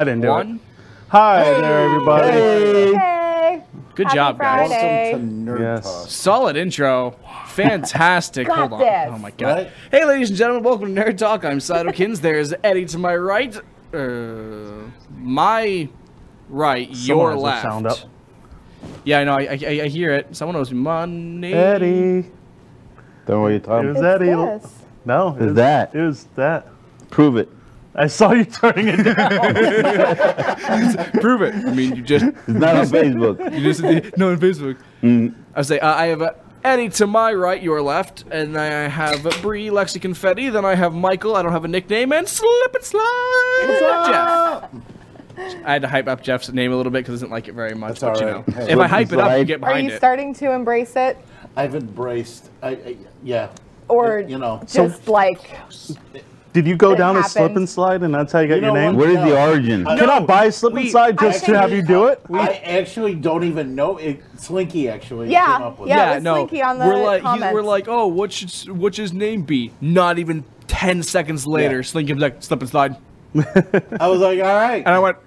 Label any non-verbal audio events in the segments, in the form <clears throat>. I didn't do it. One. Hi there, everybody. Hey. Good Happy job, guys. Friday. Welcome to Nerd Yes. Talk. Solid intro. Fantastic. Got Hold on. this. Oh my god. Right? Hey, ladies and gentlemen, welcome to Nerd Talk. <laughs> I'm Sidokins. There's Eddie to my right. Uh, my right, Someone your has left. their sound up. Yeah, I know. I, I, I hear it. Someone owes me money. Eddie. Don't worry, It Tom. was It's Eddie. this. No, it Is was- that? It was that. Prove it. I saw you turning it down. <laughs> Prove it. I mean, you just It's not on Facebook. <laughs> Mm. you just no on Facebook. I say uh, I have uh, Eddie to my right, your left, and I have Bree, Lexi Confetti. Then I have Michael. I don't have a nickname, and Slip and Slide. Jeff. I had to hype up Jeff's name a little bit because I didn't like it very much. That's but you all right. know, Hey, if Slip I and hype it up, you Slide. get Are behind you it. starting to embrace it? I've embraced. I, I yeah. Or You know. just like Did you go It down a slip happened. and slide and that's how you got You your know name? what? Where is the No. origin? I- Can I buy a slip and we- slide I just to think have we- you do it? I actually don't even know. It, Slinky actually Yeah, came up with yeah. it. it was Slinky on the we're like he's, we're comments. like, oh, what should s- what should his name be? Not even ten seconds later, Yeah. Slinky's like slip and slide, I was like, all right. and I went,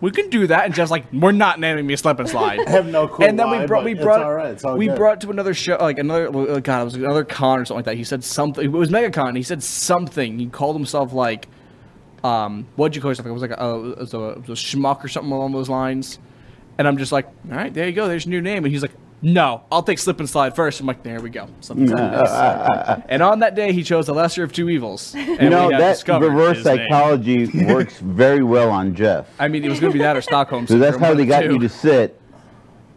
we can do that, and Jeff's like, we're not naming me slip and slide. <laughs> I have no clue. and then why, we brought but we brought It's all right. It's all we good. brought to another show like another oh, god it was another con or something like that. He said something. It was MegaCon. He said something. He called himself like um what'd you call yourself? It was like a, uh, it was a, it was a schmuck or something along those lines. And I'm just like, all right, there you go. There's your new name. And he's like, no, I'll take slip and slide first. I'm like, there we go. Slip and slide. and on that day, he chose the lesser of two evils. And You know, we have that discovered reverse his name. <laughs> psychology works very well on Jeff. I mean, it was going to be that or <laughs> Stockholm. So that's syndrome, how one they of the got two. you to sit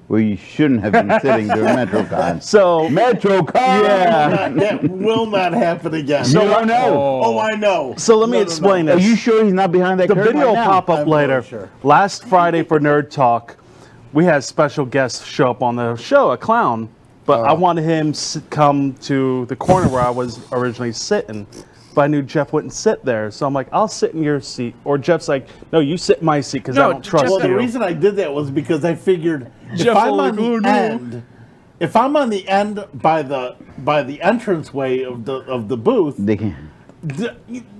where you shouldn't have been <laughs> sitting during MetroCon. So, MetroCon! Yeah. that will not happen again. You don't know. Oh. Oh, I know. so let me No, no, no. explain Are this. you sure he's not behind that the curtain video right will now? pop up I'm really later. sure. Last Friday for Nerd Talk, we had special guests show up on the show, a clown, but Oh. I wanted him to come to the corner where I was originally sitting. But I knew Jeff wouldn't sit there, so I'm like, I'll sit in your seat. Or Jeff's like, No, you sit in my seat because No, I don't trust Jeff- Well, the you. reason I did that was because I figured Jeff if I'm Oliver, on the oh, no. end, if I'm on the end by the by the entranceway of the of the booth, They can. th-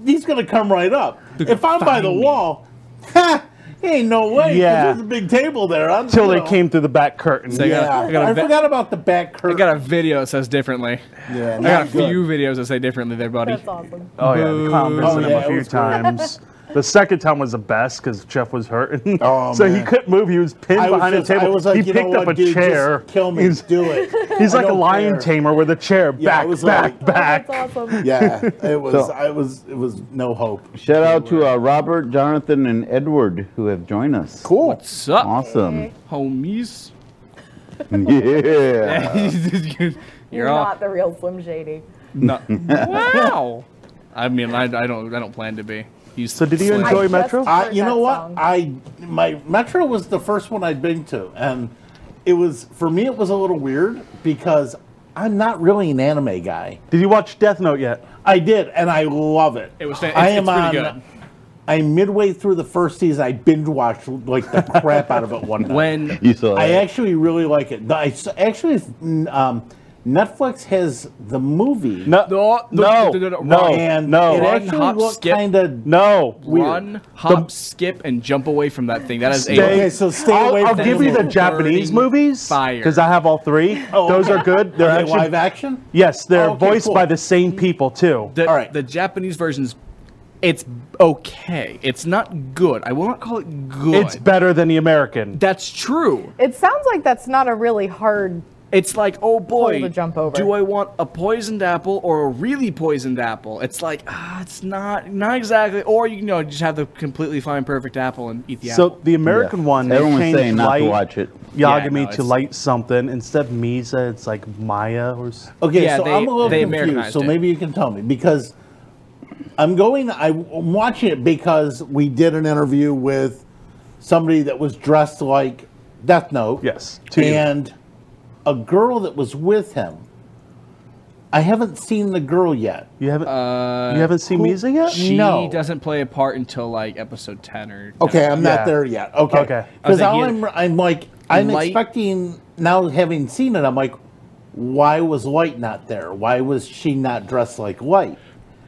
he's gonna come right up. gonna If I'm by find the me. wall, <laughs> ha, ain't no way. 'cause Yeah. there's a big table there. I'm Until you they know. came through the back curtain. They Yeah, got- I, I got a ve- forgot about the back I curtain. got a video that says differently. yeah, I got a few videos that say differently there, buddy. that's awesome. Oh yeah, the clown Boo. visited Oh, him yeah, a it few was cool. times. The second time was the best because Jeff was <laughs> hurting, Oh, so he man. couldn't move. He was pinned I was behind just- a I table. was like, he you picked know up a what, dude, just chair. kill me. He's, do it. <laughs> he's I like a don't lion care. tamer with a chair Yeah, I back, was back, like- back. That's awesome. <laughs> Yeah, it <laughs> was. So- I was. It was no hope. Shout out to uh, Robert, Jonathan, and Edward who have joined us. Cool. What's up, eh, Awesome. homies? <laughs> <laughs> Yeah. You're, You're all not the real Slim Shady. no. wow. <laughs> I mean, I, I don't I don't plan to be. He's So did you slick. enjoy just- Metro? I- Uh, you heard know that what? song. I my Metro was the first one I'd been to, and it was for me. It was a little weird because I'm not really an anime guy. Did you watch Death Note yet? I did, and I love it. It was fan- I it's- am it's pretty on. good. I'm midway through the first season. I binge watched like the crap out of it one night. when You saw I that. actually really like it. I s- actually um, Netflix has the movie. No, No, no, no, no, no, no, and no, it Run, actually hop, looked skip. kind of no. run, hop, skip, and jump away from that thing. That is Stay- a Okay, so stay I'll, away I'll from give you the burning Japanese movies fire. because I have all three. Oh, Those okay. are good. They're actually live action. yes, they're Oh, okay, voiced cool. by the same people too. the, all right. the Japanese version's it's okay. It's not good. I will not call it good. It's better than the American. That's true. It sounds like that's not a really hard. It's like, oh boy, to jump over. do I want a poisoned apple or a really poisoned apple? It's like, ah, it's not, not exactly. Or you know, just have the completely fine, perfect apple and eat the So apple. the American one, they Everyone's changed saying not light to watch it. Yeah, Yagami no, to it's- light something instead of Misa. It's like Maya or s- Okay, Yeah, so they- I'm a little they confused. Americanized So it. maybe you can tell me because I'm going. I- I'm watching it because we did an interview with somebody that was dressed like Death Note. yes. To you. and a girl that was with him. I haven't seen the girl yet. you haven't you haven't seen Misa yet. Uh, she no. doesn't play a part until like episode ten or Okay, I'm Yeah. not there yet. Okay, Okay. I was Because like, all you- I'm, I'm like, I'm Light- expecting now, having seen it, I'm like, why was Light not there? Why was she not dressed like Light?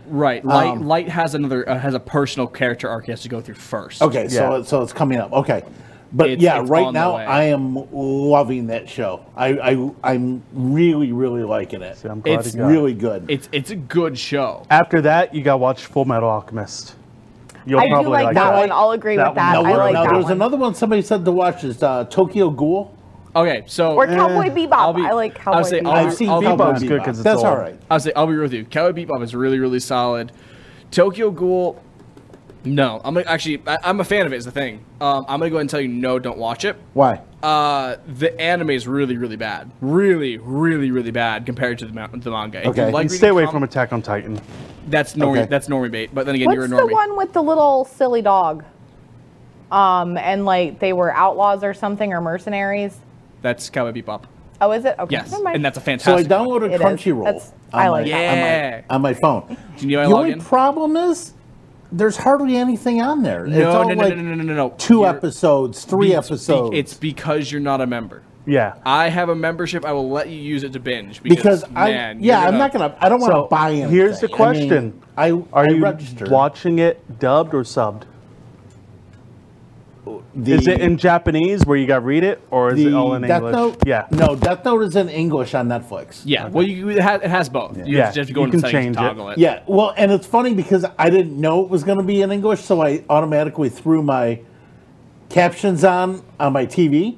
Right. Light, Um, Light has another uh, has a personal character arc he has to go through first. Okay, so Yeah. it- so it's coming up. Okay, but It's- yeah, it's right on the now way. I am loving that show. I, I I'm really really liking it. I'm glad It's you got it. really good. It's it's a good show. After that, you gotta watch Full Metal Alchemist. You'll I do probably like that one. that. I'll agree That with that. one- No, now, I what- like now that there's one. another one somebody said to watch is uh, Tokyo Ghoul. Okay, so or Eh. Cowboy Bebop. I'll be- I like I'll Cowboy say Bebop. I'll- I've seen I'll- Bebop's good 'cause it's That's all old. right. I'll say I'll be real with you. Cowboy Bebop is really really solid. Tokyo Ghoul, no. I'm gonna- actually I, I'm a fan of it. Is the thing. Um, I'm gonna go ahead and tell you no. Don't watch it. Why? Uh, the anime is really really bad. Really really really bad compared to the, ma- the manga. If you Okay. like And stay reading away com- from Attack on Titan. That's normie. Okay. That's normie bait. But then again, you're a What's the normie. one with the little silly dog? Um, and like they were outlaws or something or mercenaries. That's Cowboy Bebop. Oh, is it? Okay. Yes, never mind. and that's a So I fantastic. one. downloaded It is. Crunchyroll. That's- I on like my- that. on my- Yeah. on my phone. Do you know The my only login? problem is there's hardly anything on there. it's no, all no, no, like no, no, no, no, no. two You're- episodes, three it's be- episodes. It's because you're not a member. Yeah. I have a membership. I will let you use it to binge because, because I man, yeah you're I'm not gonna I don't want to So, buy anything. here's the I mean, question. I, Are I you registered. watching it dubbed or subbed? the, Is it in Japanese where you gotta read it, or is it the all in Death English? Note? Yeah. No, Death Note is in English on Netflix. Yeah, well, you, it, has, it has both. You Yeah, just have to go you into can settings change to it. toggle it. Yeah, well, and it's funny because I didn't know it was going to be in English, so I automatically threw my captions on on my TV.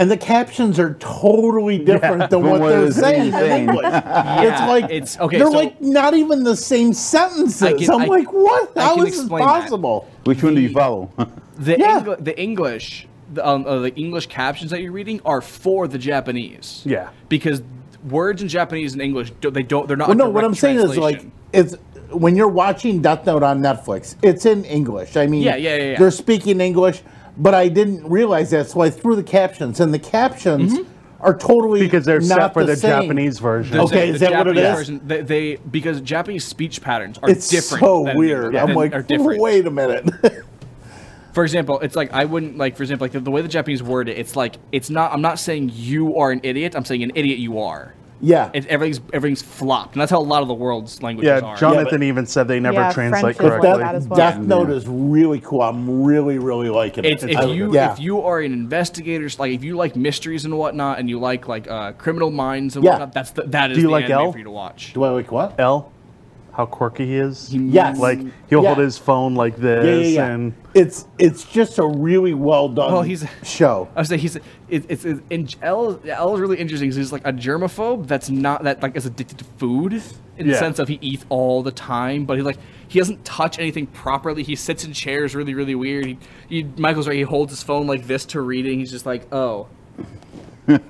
And the captions are totally different than From what what they're it's being saying in <laughs> saying. English. it's like it's- okay, They're so- like not even the same sentences. I can- I'm I- like, what? I How can is this explain that. possible? Which one do you follow? <laughs> The, Yeah. Engl- the English, the, um, uh, the English captions that you're reading are for the Japanese. Yeah. because words in Japanese and English, do they don't. They're not. a Well, no, what direct I'm saying is like translation. it's when you're watching Death Note on Netflix, it's in English. I mean, Yeah, yeah, yeah, yeah. they're speaking English, but I didn't realize that, so I threw the captions, and the captions are totally Because they're not set for the, same. Japanese version. Mm-hmm. The- Okay, the is that what it Japanese is? version- they, they- because Japanese speech patterns are It's different. so than- weird. than- I'm like, are different. wait a minute. For example, it's like I wouldn't like. For example, like the, the way the Japanese word it, it's like it's not. I'm not saying you are an idiot. I'm saying an idiot you are. yeah, It, everything's everything's flopped, and that's how a lot of the world's languages Yeah, are. Jonathan even said they never Yeah, translate French is like correctly. that as well. <laughs> Death Note is really cool. I'm really, really liking it. It's, if I- you yeah. if you are an investigator, s- like if you like mysteries and whatnot, and you like like uh, criminal minds and Yeah. whatnot, that's the, that is Do you the like anime Elle? for you to watch. do I like what? L, how quirky he is. Yes. Like he'll Yeah. hold his phone like this, Yeah, yeah, yeah. and It's it's just a really well done Well, he's- show. I would say he's it, it's it's in L L is really interesting because he's like a germaphobe that's not that like is addicted to food in the Yeah. sense of he eats all the time, but he like he doesn't touch anything properly. He sits in chairs really really weird. He, he Michael's right. He holds his phone like this to read it. And he's just like oh. and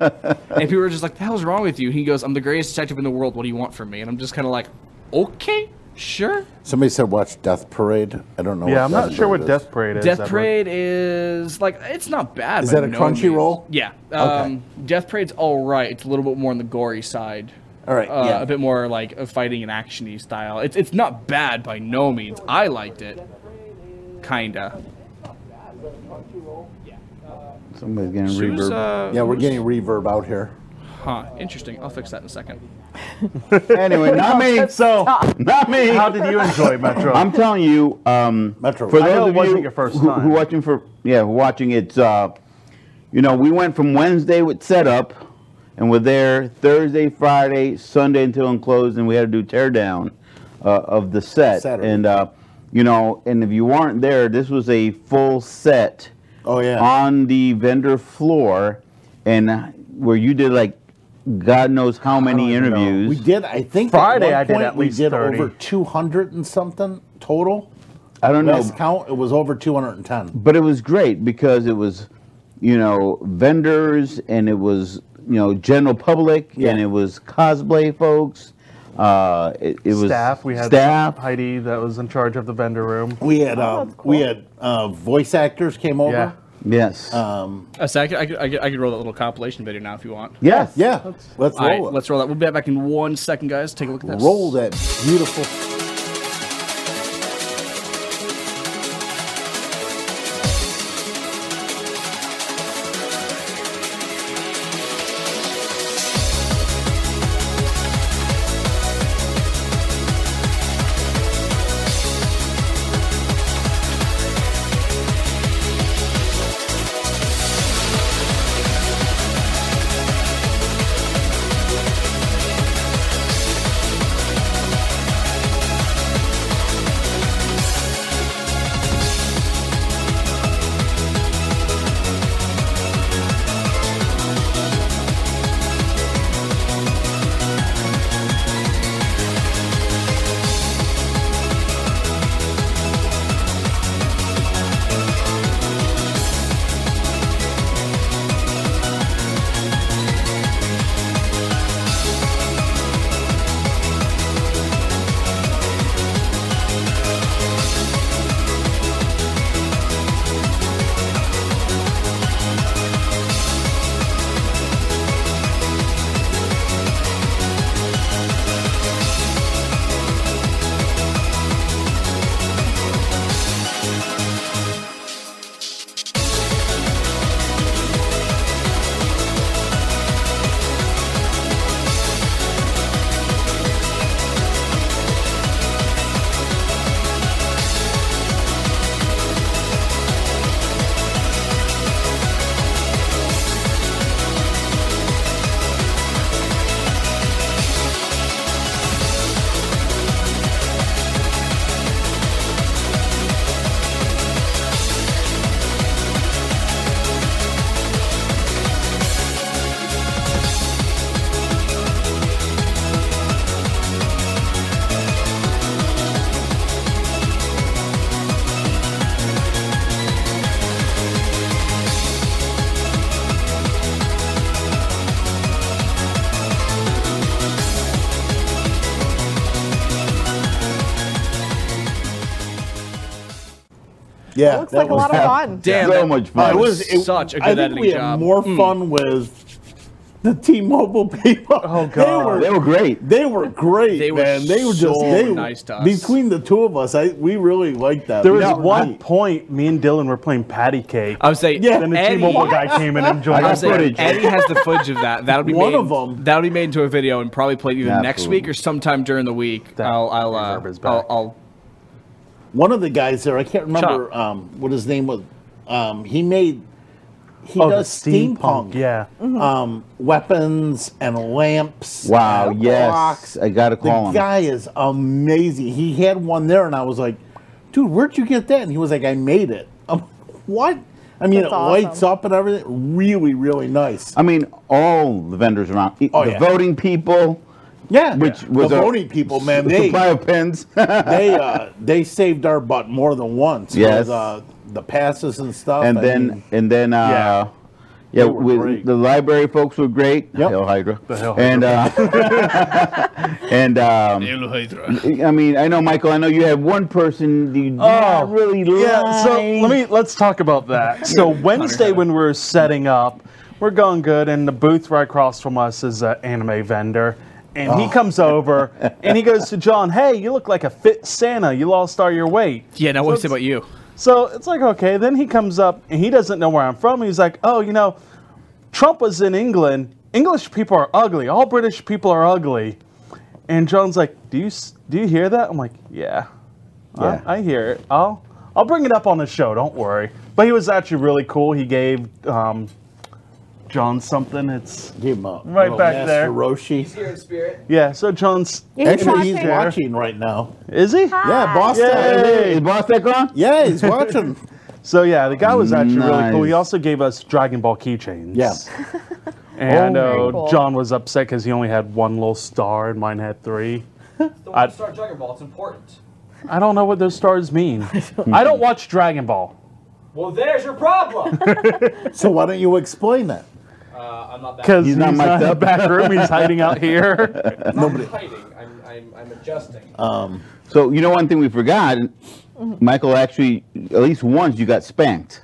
people are just like, "The hell's wrong with you?" He goes, "I'm the greatest detective in the world. What do you want from me?" And I'm just kind of like, "Okay, sure." Somebody said watch Death Parade. I don't know. yeah, I'm not sure what Parade is. Death Parade is. Death Edward. Parade is like it's not bad. Is by that a no Crunchyroll? means. Yeah. Um, Death Parade's all right. It's a little bit more on the gory side. All right, Uh, yeah. A bit more like a fighting and actiony style. It's it's not bad by no means. I liked it. Kinda. Somebody's getting Who's, reverb. uh, Yeah, we're who's- getting reverb out here. Huh. Interesting. I'll fix that in a second. <laughs> Anyway, not me. So, Not me. how did you enjoy Metro? I'm telling you, um, Metro. for I those know it of wasn't you your first who, time. who watching for yeah, who watching it's uh, you know, we went from Wednesday with setup, and we're there Thursday, Friday, Sunday until enclosed, and we had to do teardown uh, of the set. Saturday. And uh, you know, and if you weren't there, this was a full set Oh yeah. on the vendor floor, and uh, where you did like God knows how many even know. interviews. we did. I think <laughs> at Friday one I did point at least we did 30. over 200 and something total. I don't know. Last count, it was over 210. but it was great because it was you know vendors and it was you know general public Yeah. and it was cosplay folks uh it, it was staff. We had staff Heidi that was in charge of the vendor room. We had um, Oh, that's cool. we had uh, voice actors came over. Um, Yeah. yes A second. Uh, I could, I could, I could roll that little compilation video now if you want. yes Yeah, let's roll All right, it. let's roll that. We'll be back in one second, guys. Take a look at this. roll that beautiful. Yeah, It looks like a lot of fun. Damn, so that- much I fun. It was such a I good think editing we had job. Hmm. more fun with the T-Mobile <laughs> people. Oh God. they were great. They were great, They were man. They were just so they, nice to us. Between the two of us, I we really liked that. There was They were one neat. point me and Dylan were playing patty cake. I would say, Yeah. then the Eddie- T-Mobile guy came in <laughs> and joined I I would our got say footage. footage. Eddie has the footage of that. That'll be One made, of 'em. That'll be made into a video and probably played either next Absolutely. week or sometime during the week. That I'll, I'll, uh, reverb is back. I'll, I'll One of the guys there, I can't remember up. um, what his name was. Um, he made he Oh, the does steampunk, Yeah. um, weapons and lamps. Wow, and yes. clocks. I gotta call the him. guy is amazing. He had one there, and I was like, "Dude, where'd you get that?" And he was like, "I made it." <laughs> I'm, what? I mean, That's it awesome. lights up and everything. Really, really nice. I mean, all the vendors around. Oh, the yeah. voting people, Yeah, which was the a- voting people, <laughs> man. the They supply of pins. they uh, they saved our butt more than once. with, Yes. uh, the passes and stuff. <laughs> and I then mean, and then uh yeah, They were we- great. the library folks were great. Yep. Hail Hydra. Hail And uh <laughs> and um I mean, I know Michael, I know you had one person you did not really Yeah, so like. let me let's talk about that. So Wednesday when we're setting up, we're going good, and the booth right across from us is an anime vendor. And he comes over and he goes to John, Hey, you look like a fit Santa. You lost all your weight. yeah. Now So what's it it's- about you? So it's like, okay. Then he comes up and he doesn't know where I'm from. He's like, oh, you know, Trump was in England. English people are ugly. All British people are ugly. And John's like, do you s- do you hear that? I'm like, yeah, Yeah. I, I hear it. I'll I'll bring it up on the show. Don't worry. But he was actually really cool. He gave um, John something. It's give him a Right little back Master there. Roshi. yeah. So John's Yeah, he's Actually, he's watching. watching right now. is he? Yeah, Boston. Yay. Is Boss Tech on? Yeah, he's watching. <laughs> So yeah, the guy was actually really cool. He Nice. also gave us Dragon Ball keychains. Yeah. <laughs> And Oh, very uh, cool. John was upset because he only had one little star and mine <laughs> had three. I- Start Dragon Ball. It's important. I don't know what those stars mean. I don't watch Dragon Ball. Well, there's your <laughs> problem. So why don't you explain that? uh, I'm not that. Because He's he's, not not, mic'd in the up. back room. He's hiding out <laughs> here. I'm not hiding. I'm, I'm, I'm adjusting. So you know one thing we forgot? Michael actually at least once you got spanked.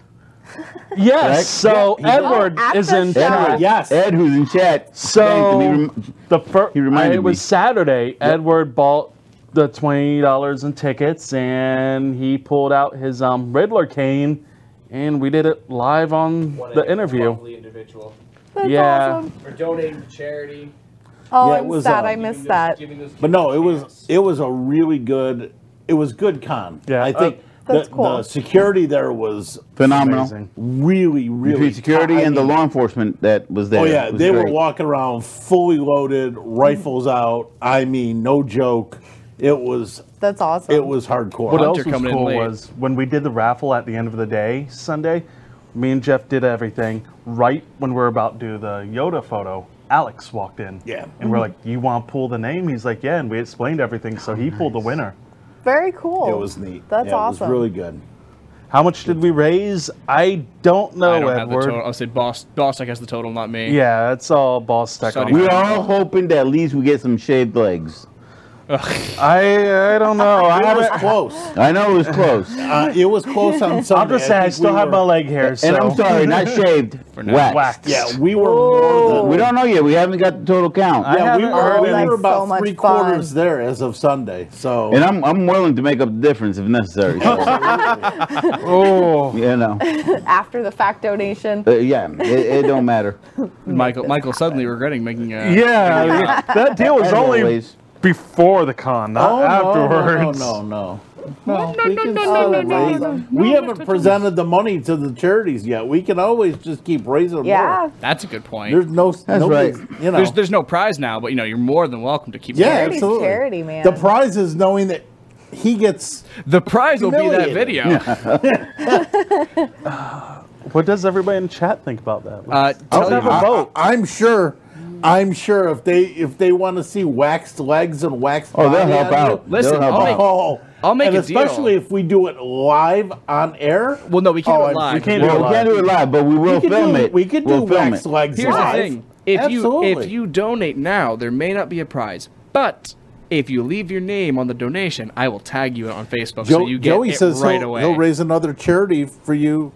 yes. Right? so Yeah, he does. Edward Oh, at is the in. show. charge. Edward, yes. Ed who's in chat. So spanked him. He rem- the first. He reminded It was me. Saturday. Edward bought the twenty dollars in tickets, and he pulled out his um, Riddler cane, and we did it live on What the a interview. lovely individual. That's Yeah. awesome. We're donating to charity. Oh, Yeah, it I'm was, sad uh, I you giving missed those- that. giving those But no, kids it a was chance. it was a really good. It was good con. Yeah, I uh, think That's the, cool. the security there was Phenomenal. Amazing. really, really Between security I and the mean, law enforcement that was there. Oh yeah, It was they were great. walking around fully loaded, rifles out. I mean, no joke. It was That's awesome. it was hardcore. What Hunter else was coming in cool late. was when we did the raffle at the end of the day Sunday. Me and Jeff did everything right when we were about to do the Yoda photo. Alex walked in. Yeah. And we're like, "You want to pull the name?" He's like, "Yeah." And we explained everything, so he pulled the winner. Very cool. It <laughs> was neat. That's Yeah, awesome. It was really good. How much did we raise? I don't know, I don't have the Edward. total. I'll say boss. Boss, I guess the total, not me. Yeah, that's all boss tech. Sorry. on We that. are all hoping that at least we get some shaved legs. I I don't know. Oh, I <laughs> It was haven't. close. I know it was close. <laughs> Uh, it was close on Sunday. I'll just say I think still we have were- my leg hair. So. And I'm <laughs> sorry, not shaved, now. waxed. Waxed. Oh, Yeah, we were more than We don't know yet. We haven't got the total count. I Yeah, we haven't were, heard we anything. were about So much three fun. quarters there as of Sunday. So And I'm, I'm willing to make up the difference if <laughs> necessary. So, Oh. you know, After the fact donation. Uh, yeah, it, it don't matter. Michael. Michael suddenly regretting making. <laughs> A, Yeah, that deal was As only always, <laughs> before the con, not oh, afterwards. No, no, no, no. No, we can still raise- We haven't presented the money to the charities yet. We can always just keep raising more. Yeah. That's a good point. There's no, nobody's- right. You know, there's there's no prize now, but you know you're more than welcome to keep. yeah, going. Charity's absolutely. charity, man. The prize is knowing that he gets. <laughs> The prize will be that Humiliated. video. <laughs> What does everybody in chat think about that? Uh, tell never you- mind. Vote. I, am sure. I'm sure if they if they want to see waxed legs and waxed. oh, they'll body help on you- out. Listen, they'll help I'll make- out. Oh, I'll make and a deal. especially if we do it live on air. well, no, we can't Oh, do it we live. can't Well, we can't do it live, but we will we could film do, it. We could do We'll film wax it. legs Here's the live. thing: if you Absolutely. if you donate now, there may not be a prize, but If you leave your name on the donation, I will tag you on Facebook so Jo- you get Joey it says right he'll, away. he'll raise another charity for you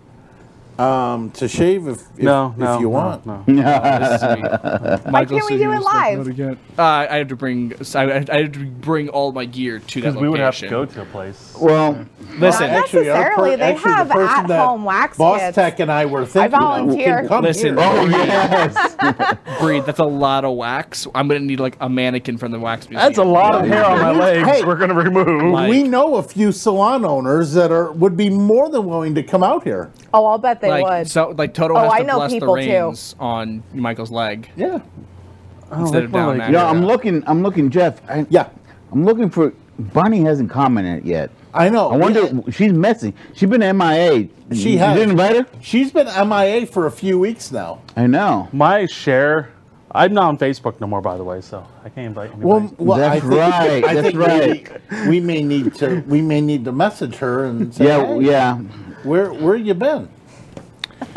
um, to shave if if, No, if no, you no, want. <laughs> no. This is me. Why can't we do it live? Uh, I have to bring. so I, I have to bring all my gear to that Because location. we would have to go to a place. Well, Listen, Not Actually, our necessarily. They actually, the have person that at-home wax Boss kits. Tech and I were thinking. of volunteer. can come Listen. here. oh yes, breathe. That's a lot of wax. I'm gonna need like a mannequin from the wax museum. That's a lot of hair on my legs. Hey. We're gonna remove. Like- we know a few salon owners that are would be more than willing to come out here. Oh, I'll bet they like, would. So like Toto Oh, has I to know bless the people, too. reins on Michael's leg Yeah, Oh, instead of my down. leg. that. you <laughs> know I'm looking. I'm looking, Jeff. I, yeah. I'm looking for. Bonnie hasn't commented yet. I know. I wonder. She's messy. She's been MIA. She You has. didn't invite her. She's been MIA for a few weeks now. I know. My share. I'm not on Facebook no more, by the way, so I can't invite anybody. Well, well I That's think, right, I that's think right. We, we may need to we may need to message her and say, yeah, "Hey, yeah. where where you been?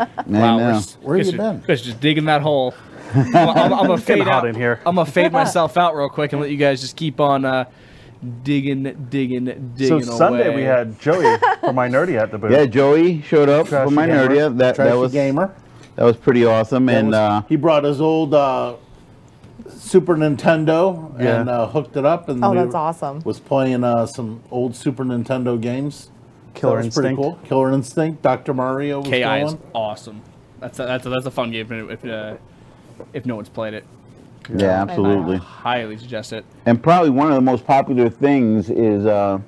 I Wow, know. we're s- Where guys you are- been? guys are just digging that <laughs> hole. I'm, I'm, I'm gonna fade getting hot out. in here. I'm <laughs> gonna fade myself out real quick and let you guys just keep on uh, digging, digging, so digging. Sunday we away. had Joey <laughs> from my nerdy at the booth. Yeah, Joey showed up for Trashy my gamer. nerdia. That Trashy that was gamer. that was pretty awesome. That and was- uh, he brought his old uh, Super Nintendo Yeah. and uh, hooked it up. And Oh, we that's were- awesome. Was playing uh, some old Super Nintendo games. Killer that was Instinct. Pretty cool. Killer Instinct. Dr. Mario was KI is going. awesome. That's a, that's a, that's a fun game if if, uh, if no one's played it. yeah, absolutely. Highly suggest it. And probably one of the most popular things is uh,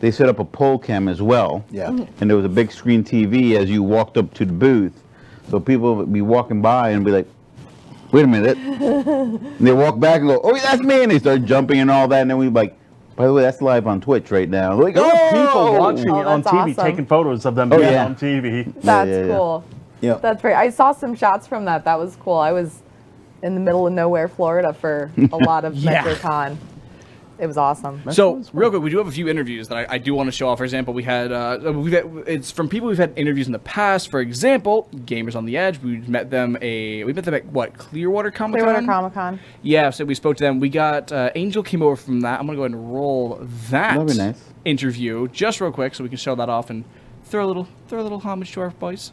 they set up a pole cam as well. Yeah. Mm. And there was a big screen TV as you walked up to the booth, so people would be walking by and be like, "Wait a minute!" <laughs> and they walk back and go, "Oh, that's me!" And they start jumping and all that. And then we like, "By the way, that's live on Twitch right now." Like, There oh, were people watching Oh, it on that's TV, awesome. taking photos of them Oh, being yeah. on TV. That's yeah, yeah. cool. Yeah. That's great. I saw some shots from that. That was cool. I was in the middle of nowhere, Florida, for a lot of Yeah. MetroCon. It was awesome. So real quick, we do have a few interviews that I, I do want to show off. For example, we had uh, we've had, it's from people we've had interviews in the past. For example, Gamers on the Edge. We met them a we met them at what Clearwater Comic Con. Clearwater Comic Con. Yeah, so we spoke to them. We got uh, Angel came over from that. I'm gonna go ahead and roll that That'd be nice. interview just real quick so we can show that off and throw a little throw a little homage to our boys.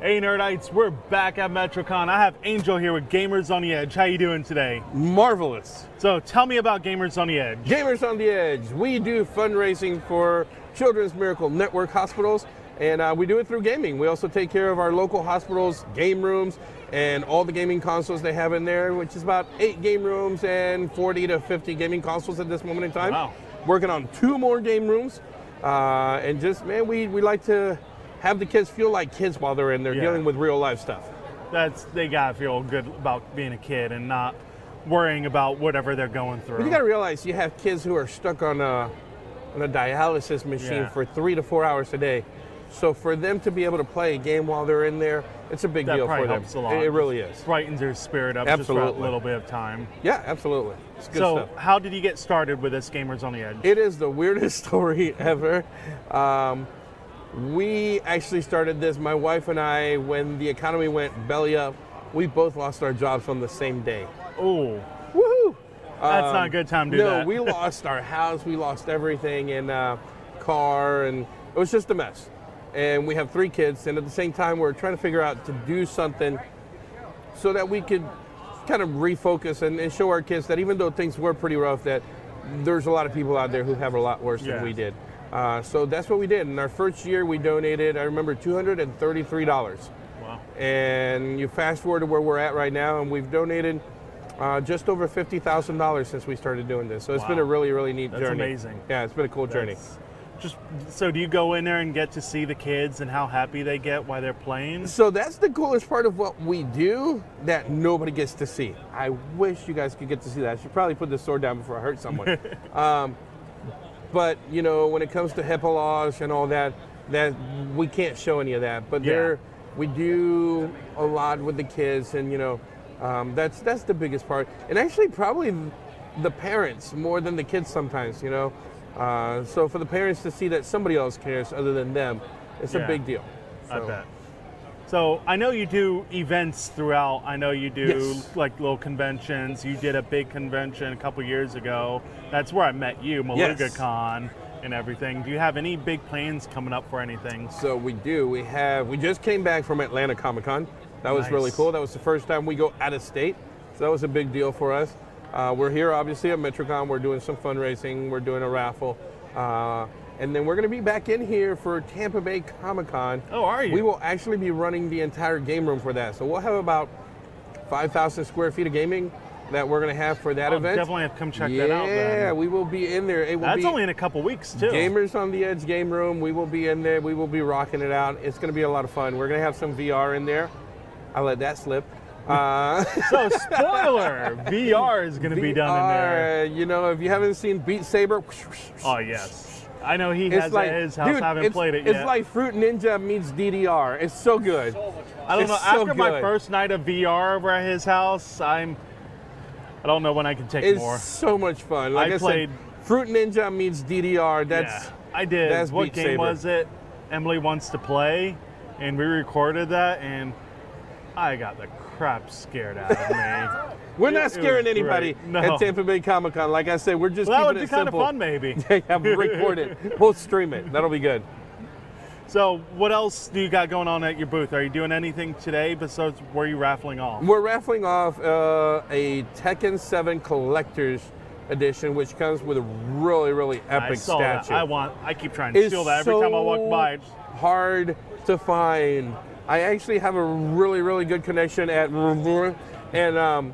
Hey nerdites, we're back at MetroCon. I have Angel here with Gamers on the Edge. How you doing today? Marvelous. So tell me about Gamers on the Edge. Gamers on the Edge, we do fundraising for Children's Miracle Network hospitals, and uh, we do it through gaming. We also take care of our local hospitals' game rooms and all the gaming consoles they have in there, which is about eight game rooms and 40 to 50 gaming consoles at this moment in time. Wow. Working on two more game rooms, uh, and just, man, we, we like to have the kids feel like kids while they're in there Yeah. dealing with real life stuff. That's they gotta feel good about being a kid and not worrying about whatever they're going through. You gotta realize you have kids who are stuck on a on a dialysis machine Yeah. for three to four hours a day. So for them to be able to play a game while they're in there, it's a big that deal probably for them. helps a lot. It, it really is. Brightens their spirit up just for Absolutely. a little bit of time. Yeah, absolutely. It's good so stuff. how did you get started with this Gamers on the Edge? It is the weirdest <laughs> story ever. Um, we actually started this, my wife and I, when the economy went belly up. We both lost our jobs on the same day. oh, Woohoo! That's not a good time to do Um, no, that. <laughs> we lost our house, we lost everything, and uh, car, and it was just a mess. And we have three kids, and at the same time, we're trying to figure out to do something so that we could kind of refocus and, and show our kids that even though things were pretty rough, that there's a lot of people out there who have a lot worse Yeah. than we did. Uh, so that's what we did. In our first year, we donated, I remember, $233. wow. And you fast forward to where we're at right now, and we've donated uh, just over fifty thousand dollars since we started doing this. So it's been Wow. a really, really neat That's journey. amazing. Yeah, it's been a cool journey. That's- Just so do you go in there and get to see the kids and how happy they get while they're playing? So that's the coolest part of what we do that nobody gets to see. I wish you guys could get to see that. I should probably put the sword down before I hurt <laughs> someone. um, but you know, when it comes to HIPAA laws and all that, that we can't show any of that. But Yeah. there, we do a lot with the kids, and you know, um, that's that's the biggest part. And actually, probably the parents more than the kids sometimes. You know, uh, so for the parents to see that somebody else cares other than them, it's Yeah. a big deal. I So- bet. So I know you do events throughout. I know you do Yes. like little conventions. You did a big convention a couple years ago. That's where I met you, Maluga Con, and everything. Do you have any big plans coming up for anything? So we do. We have. We just came back from Atlanta Comic Con. That was really Nice. cool. That was the first time we go out of state, so that was a big deal for us. Uh, we're here, obviously, at MetroCon. We're doing some fundraising. We're doing a raffle, uh, and then we're going to be back in here for Tampa Bay Comic Con. Oh, are you? We will actually be running the entire game room for that. So we'll have about 5,000 square feet of gaming that we're going to have for that I'll event. Oh, definitely have to come check yeah, that out. then. Yeah, we will be in there. It will That's be, only in a couple weeks too. Gamers on the Edge game room. We will be in there. We will be rocking it out. It's going to be a lot of fun. We're going to have some VR in there. I let that slip. Uh, <laughs> So spoiler, VR is going to be done in there. VR, uh, You know, if you haven't seen Beat Saber, Oh yes, I know he it's has like it at his house. dude, I haven't it's, played it yet. It's like Fruit Ninja meets DDR. It's so good. I don't it's know. so After my good. first night of VR over at his house, I'm. I don't know when I can take It's more. so much fun. Like I, I played- said, Fruit Ninja meets DDR. That's yeah, I did. that's what Beat game Saber. was it? Emily wants to play, and we recorded that, and I got the crap scared out of me. <laughs> we're it not was scaring anybody great. No. at Tampa Bay Comic Con. Like I said, we're just well, that keeping would it be kind simple. of fun, <laughs> maybe. yeah, record <laughs> it. We'll stream it. That'll be good. So, what else do you got going on at your booth? Are you doing anything today besides where you raffling off? We're raffling off uh, a Tekken 7 Collector's Edition, which comes with a really, really epic I saw statue. that. I want. I keep trying to steal that every time I walk by. so Hard to find. I actually have a really, really good connection at, and um,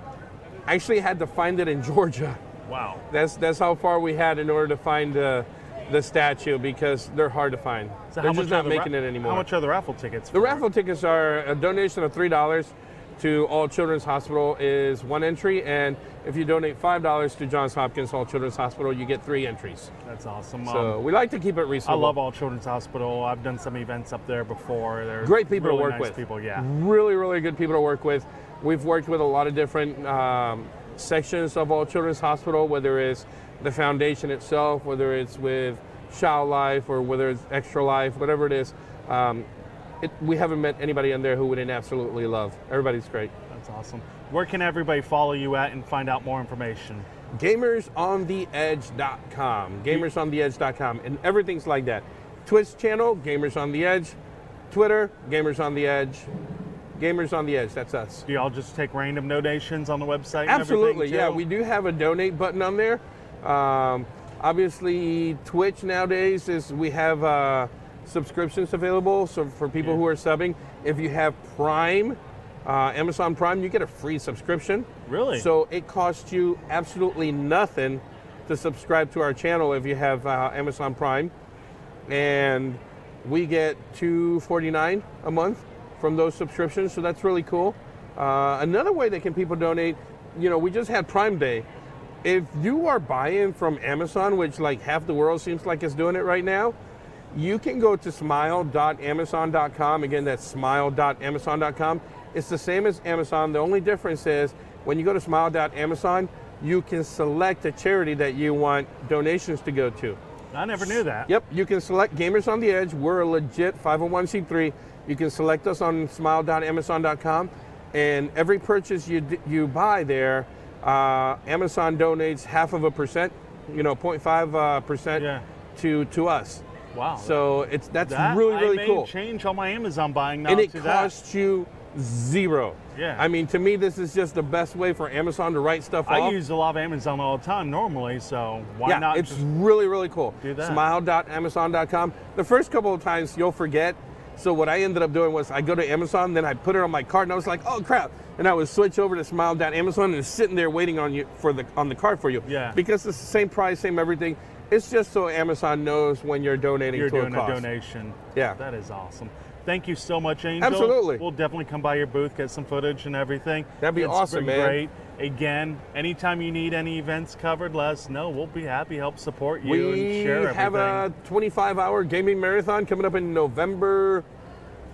actually had to find it in Georgia. Wow. That's that's how far we had in order to find uh, the statue because they're hard to find. So they're how just much are not the making ra- it anymore. How much are the raffle tickets? The raffle tickets are a donation of three dollars to All Children's Hospital is one entry, and if you donate five dollars to Johns Hopkins All Children's Hospital, you get three entries. That's awesome. So um, we like to keep it I reasonable. love All Children's Hospital. I've done some events up there before. They're Great people to really work nice with. People, yeah. Really, really good people to work with. We've worked with a lot of different um, sections of All Children's Hospital, whether it's the foundation itself, whether it's with Child Life, or whether it's Extra Life, whatever it is. Um, it, we haven't met anybody in there who wouldn't absolutely love. Everybody's great. That's awesome. Where can everybody follow you at and find out more information? gamersontheedge.com gamersontheedge.com and everything's like that twitch channel gamers on the edge twitter gamers on the edge gamers on the edge that's us Do y'all just take random donations on the website? and absolutely everything, yeah too? we do have a donate button on there um, obviously twitch nowadays is we have uh, subscriptions available so for people who are subbing if you have prime uh, amazon prime you get a free subscription Really? so it costs you absolutely nothing to subscribe to our channel if you have uh, amazon prime and we get 249 a month from those subscriptions so that's really cool uh, another way that can people donate you know we just had prime day if you are buying from amazon which like half the world seems like is doing it right now you can go to smile.amazon.com again that's smile.amazon.com it's the same as amazon the only difference is when you go to smile.amazon you can select a charity that you want donations to go to I never knew that. Yep, you can select Gamers on the Edge. We're a legit 501c3. You can select us on smile.amazon.com, and every purchase you d- you buy there, uh, Amazon donates half of a percent, you know, 0.5 uh, percent Yeah. to to us. Wow. So it's that's That- really really I may cool, Change all my Amazon buying now and it to that. costs you zero. Yeah. I mean, to me, this is just the best way for Amazon to write stuff I off. use a lot of Amazon all the time normally, so why yeah, not? it's just- really, really cool. do that? Smile.amazon.com. The first couple of times you'll forget. So what I ended up doing was I go to Amazon, then I put it on my cart, and I was like, oh crap! And I would switch over to Smile.amazon, and it's sitting there waiting on you for the on the cart for you. Yeah. Because it's the same price, same everything. It's just so Amazon knows when you're donating you're to doing a cause. donation. Yeah. That is awesome. Thank you so much, Angel. Absolutely. We'll definitely come by your booth, get some footage and everything. That'd be It's awesome, been man. Great. Again, anytime you need any events covered, let us know. We'll be happy to help support you We and share have a everything. 25-hour gaming marathon coming up in November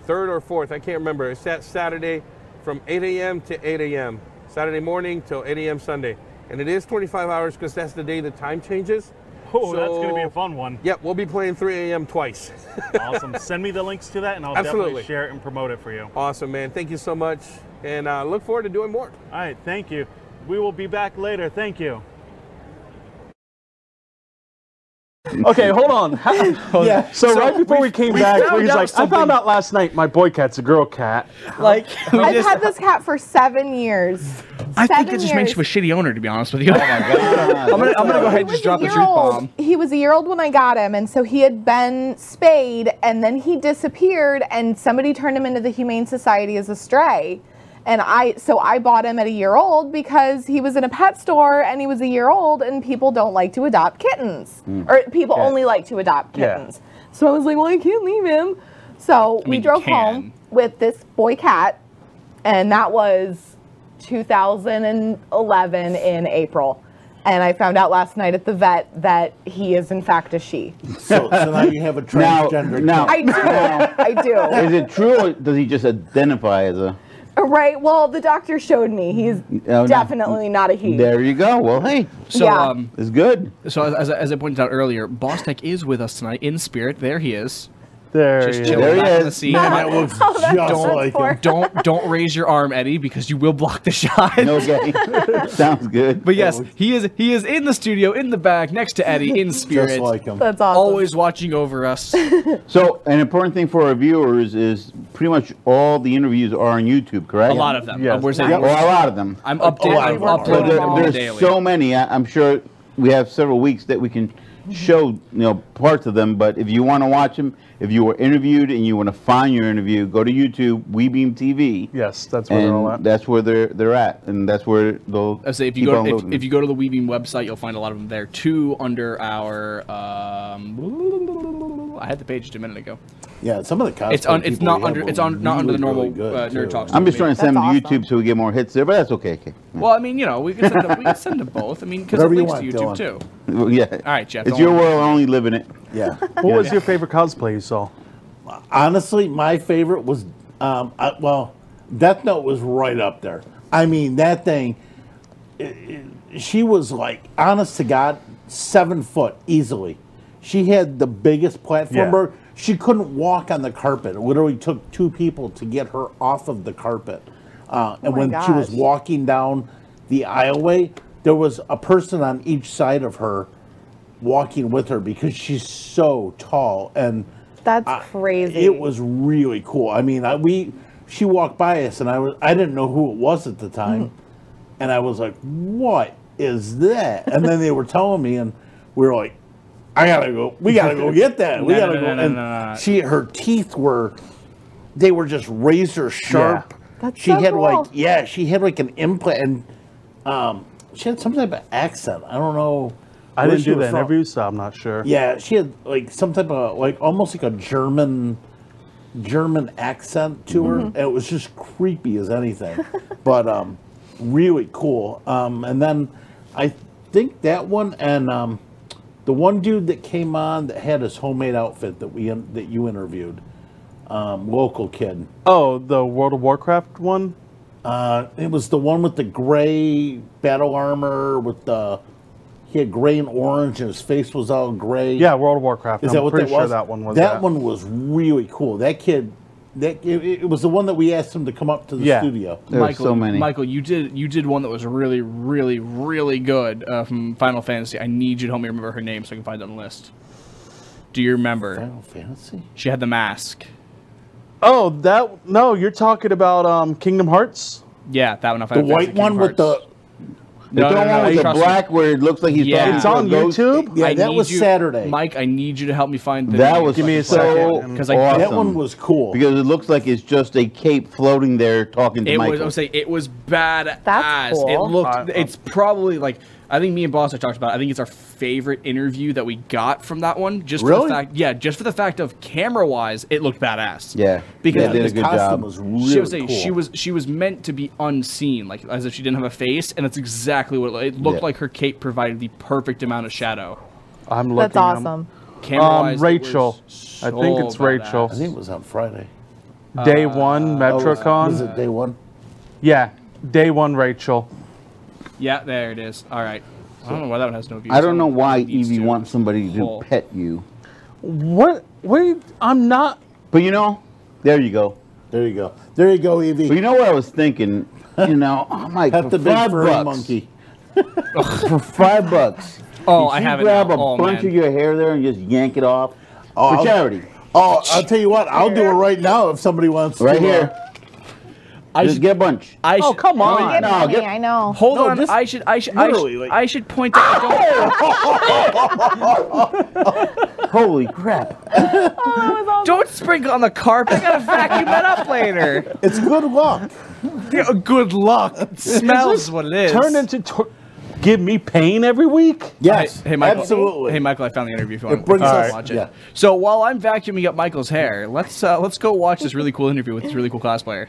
3rd or 4th. I can't remember. It's that Saturday from 8 a.m. to 8 a.m. Saturday morning till 8 a.m. Sunday, and it is 25 hours because that's the day the time changes. Oh, that's going to be So- a fun one. Yep, we'll be playing 3 a.m. twice. <laughs> Awesome. Send me the links to that, and I'll Absolutely. definitely share it and promote it for you. awesome, man. Thank you so much, and uh, look forward to doing more. All right, thank you. We will be back later. Thank you. Okay, hold on. <laughs> How- Yeah. So, right before we, came back, found he's out like, I something." found out last night my boy cat's a girl cat. Like, we I've just- had this cat for seven years. I think seven it just makes years. you a shitty owner, to be honest Oh with you. I'm <laughs> I'm gonna, I'm gonna go ahead He and was just drop a the truth year old. bomb. He was a year old when I got him, and so he had been spayed, and then he disappeared, and somebody turned him into the Humane Society as a stray. And I, so I bought him at a year old because he was in a pet store and he was a year old, and people don't like to adopt kittens, Hmm. or people only like to adopt Yeah. kittens. So I was like, well, I can't leave him. So mean, we you drove can. home with this boy cat, and that was 2011 in April. And I found out last night at the vet that he is in fact a she. So, so now you have a <laughs> Now, transgender. now, I <laughs> do. I do. is it true or does he just identify as a? Right. Well, the doctor showed me he's Oh, no. definitely not a he. There you go. Well, hey, So, Yeah. um, it's good. so as, as, I- as I pointed out earlier, Boss Tech is with us tonight in spirit. There he is, There just he chilling is. There he back in the is. seat. <laughs> That looks just what like it's for. him. don't don't raise your arm, Eddie, because you will block the <laughs> shot. <laughs> Okay, sounds good. But yes, he is he is in the studio, in the back, next to Eddie, <laughs> in spirit. Just like him. That's awesome. Always watching over us. So, an important thing for our viewers is pretty much all the interviews are on YouTube, correct? A lot of them. Yes. We're saying- Yeah, well, a lot of them. I'm Oh, updating. I I'm work So uploading there, them on the there's daily. so many. I, I'm sure we have several weeks that we can show you know parts of them. But if you want to watch them, if you were interviewed and you want to find your interview, go to YouTube, WeBeam TV. <laughs> Yes, that's where they're all And at. that's where they're they're at, and that's where they'll. I say if you keep go on if, loading. if you go to the Weaving website, you'll find a lot of them there too. Under our, um, I had the page just a minute ago. Yeah, some of the cosplay It's un, it's people not we have under were it's on not under the really, normal really good, uh, too. nerd talks. I'm just trying to send them That's to YouTube so we get more hits there, but that's okay. okay. Well, I mean, you know, we can send them, we can send them both. I mean, because it Whatever you links to YouTube want, too. Well, Yeah. All right, Jeff, It's don't your worry. world. I only live in it. Yeah. <laughs> What was your favorite cosplay you saw? Honestly, my favorite was, um, I, well, Death Note was right up there. I mean, that thing, i- i- she was like, honest to God, seven foot easily. She had the biggest platform. Yeah. or She couldn't walk on the carpet. It literally took two people to get her off of the carpet. Uh, and Oh my when she was gosh. walking down the aisleway, there was a person on each side of her walking with her because she's so tall and That's I- crazy. It was really cool. I mean, I, we she walked by us, and I was I didn't know who it was at the time, Hmm. and I was like, "What is that?" And then they were telling me, and we were like, "I gotta go. We gotta go get that. <laughs> We No, no, gotta no, go." no, no, and no, no. she her teeth were they were just razor sharp. That's she so had like cool. yeah, she had like an implant, and um, she had some type of accent. I don't know. I where didn't she do was the from. interview, so I'm not sure. Yeah, she had like some type of like almost like a German German accent to her. and It was just creepy as anything, <laughs> but um, really cool. Um, and then I think that one and um, the one dude that came on that had his homemade outfit that we in, that you interviewed, um, local kid. Oh, the World of Warcraft one? Uh, it was the one with the gray battle armor with the he had gray and orange and his face was all gray. Yeah, World of Warcraft. Is I'm that what pretty that sure was? that one was. That, one was really cool. That kid, that it, it was the one that we asked him to come up to the Yeah. studio. There are Michael, so many. Michael, you did you did one that was really, really, really good uh, from Final Fantasy. I need you to help me remember her name so I can find it on the list. Do you remember? Final Fantasy. She had the mask. Oh, that no, you're talking about um, Kingdom Hearts. Yeah, that one. I The white one with the The no, no, one no, no, with the trust me. black where it looks like he's Yeah. talking It's to a on ghost. YouTube. yeah, I that need was you- Saturday. Mike, I need you to help me find the That name was so I can me a find it. so second. because 'Cause I- That that one was cool. because it looks like it's just a cape floating there talking to It Michael. was. I would say it was badass. It cool. looked. I- I- it's probably like. I think me and Boss have talked about. It. I think it's our favorite interview that we got from that one. Just for Really? the fact, yeah, just for the fact of camera wise, it looked badass. yeah, because they did a his good costume job. was really she was a- cool. she was she was meant to be unseen, like as if she didn't have a face, and that's exactly what it, looked- it looked Yeah. like. Her cape provided the perfect amount of shadow. I'm looking. That's I'm- awesome. Camera Um, Rachel. I think it's Rachel. I think it was on Friday. Day Uh, one Oh, was- MetroCon. Was it day one? Yeah, day one Rachel. Yeah, there it is. All right, I don't know why that one has no views. I don't know why Needs Evie to. wants somebody to Paul. pet you. What? Wait, I'm not. But you know, there you go. There you go. There you go, Evie. But you know what I was thinking? You know, <laughs> I'm like, Pet for the big Oh, five furry bucks, monkey. <laughs> For five bucks. <laughs> Oh, if I you have it grab now. a Oh, bunch man. of your hair there and just yank it off Oh, for I'll- charity. Oh, I'll tell you what. I'll do it right now if somebody wants to. Right uh, here. I just should, get a bunch. I should, Oh, come You on. get no, money, get- I know. Hold No, on. just I should. I should. I literally, should, like- I should point out. <laughs> Holy crap. Don't, <laughs> don't sprinkle on the carpet. I gotta vacuum that up later. It's good luck. Yeah, <laughs> good luck. It smells what it is. Turned into tor- give me pain every week. Yes. Hey, Michael. Absolutely. Hey, Michael. I found the interview. If you want, brings if you wanna us- watch yeah. it. So while I'm vacuuming up Michael's hair, let's uh, let's go watch this really cool interview with this really cool cosplayer.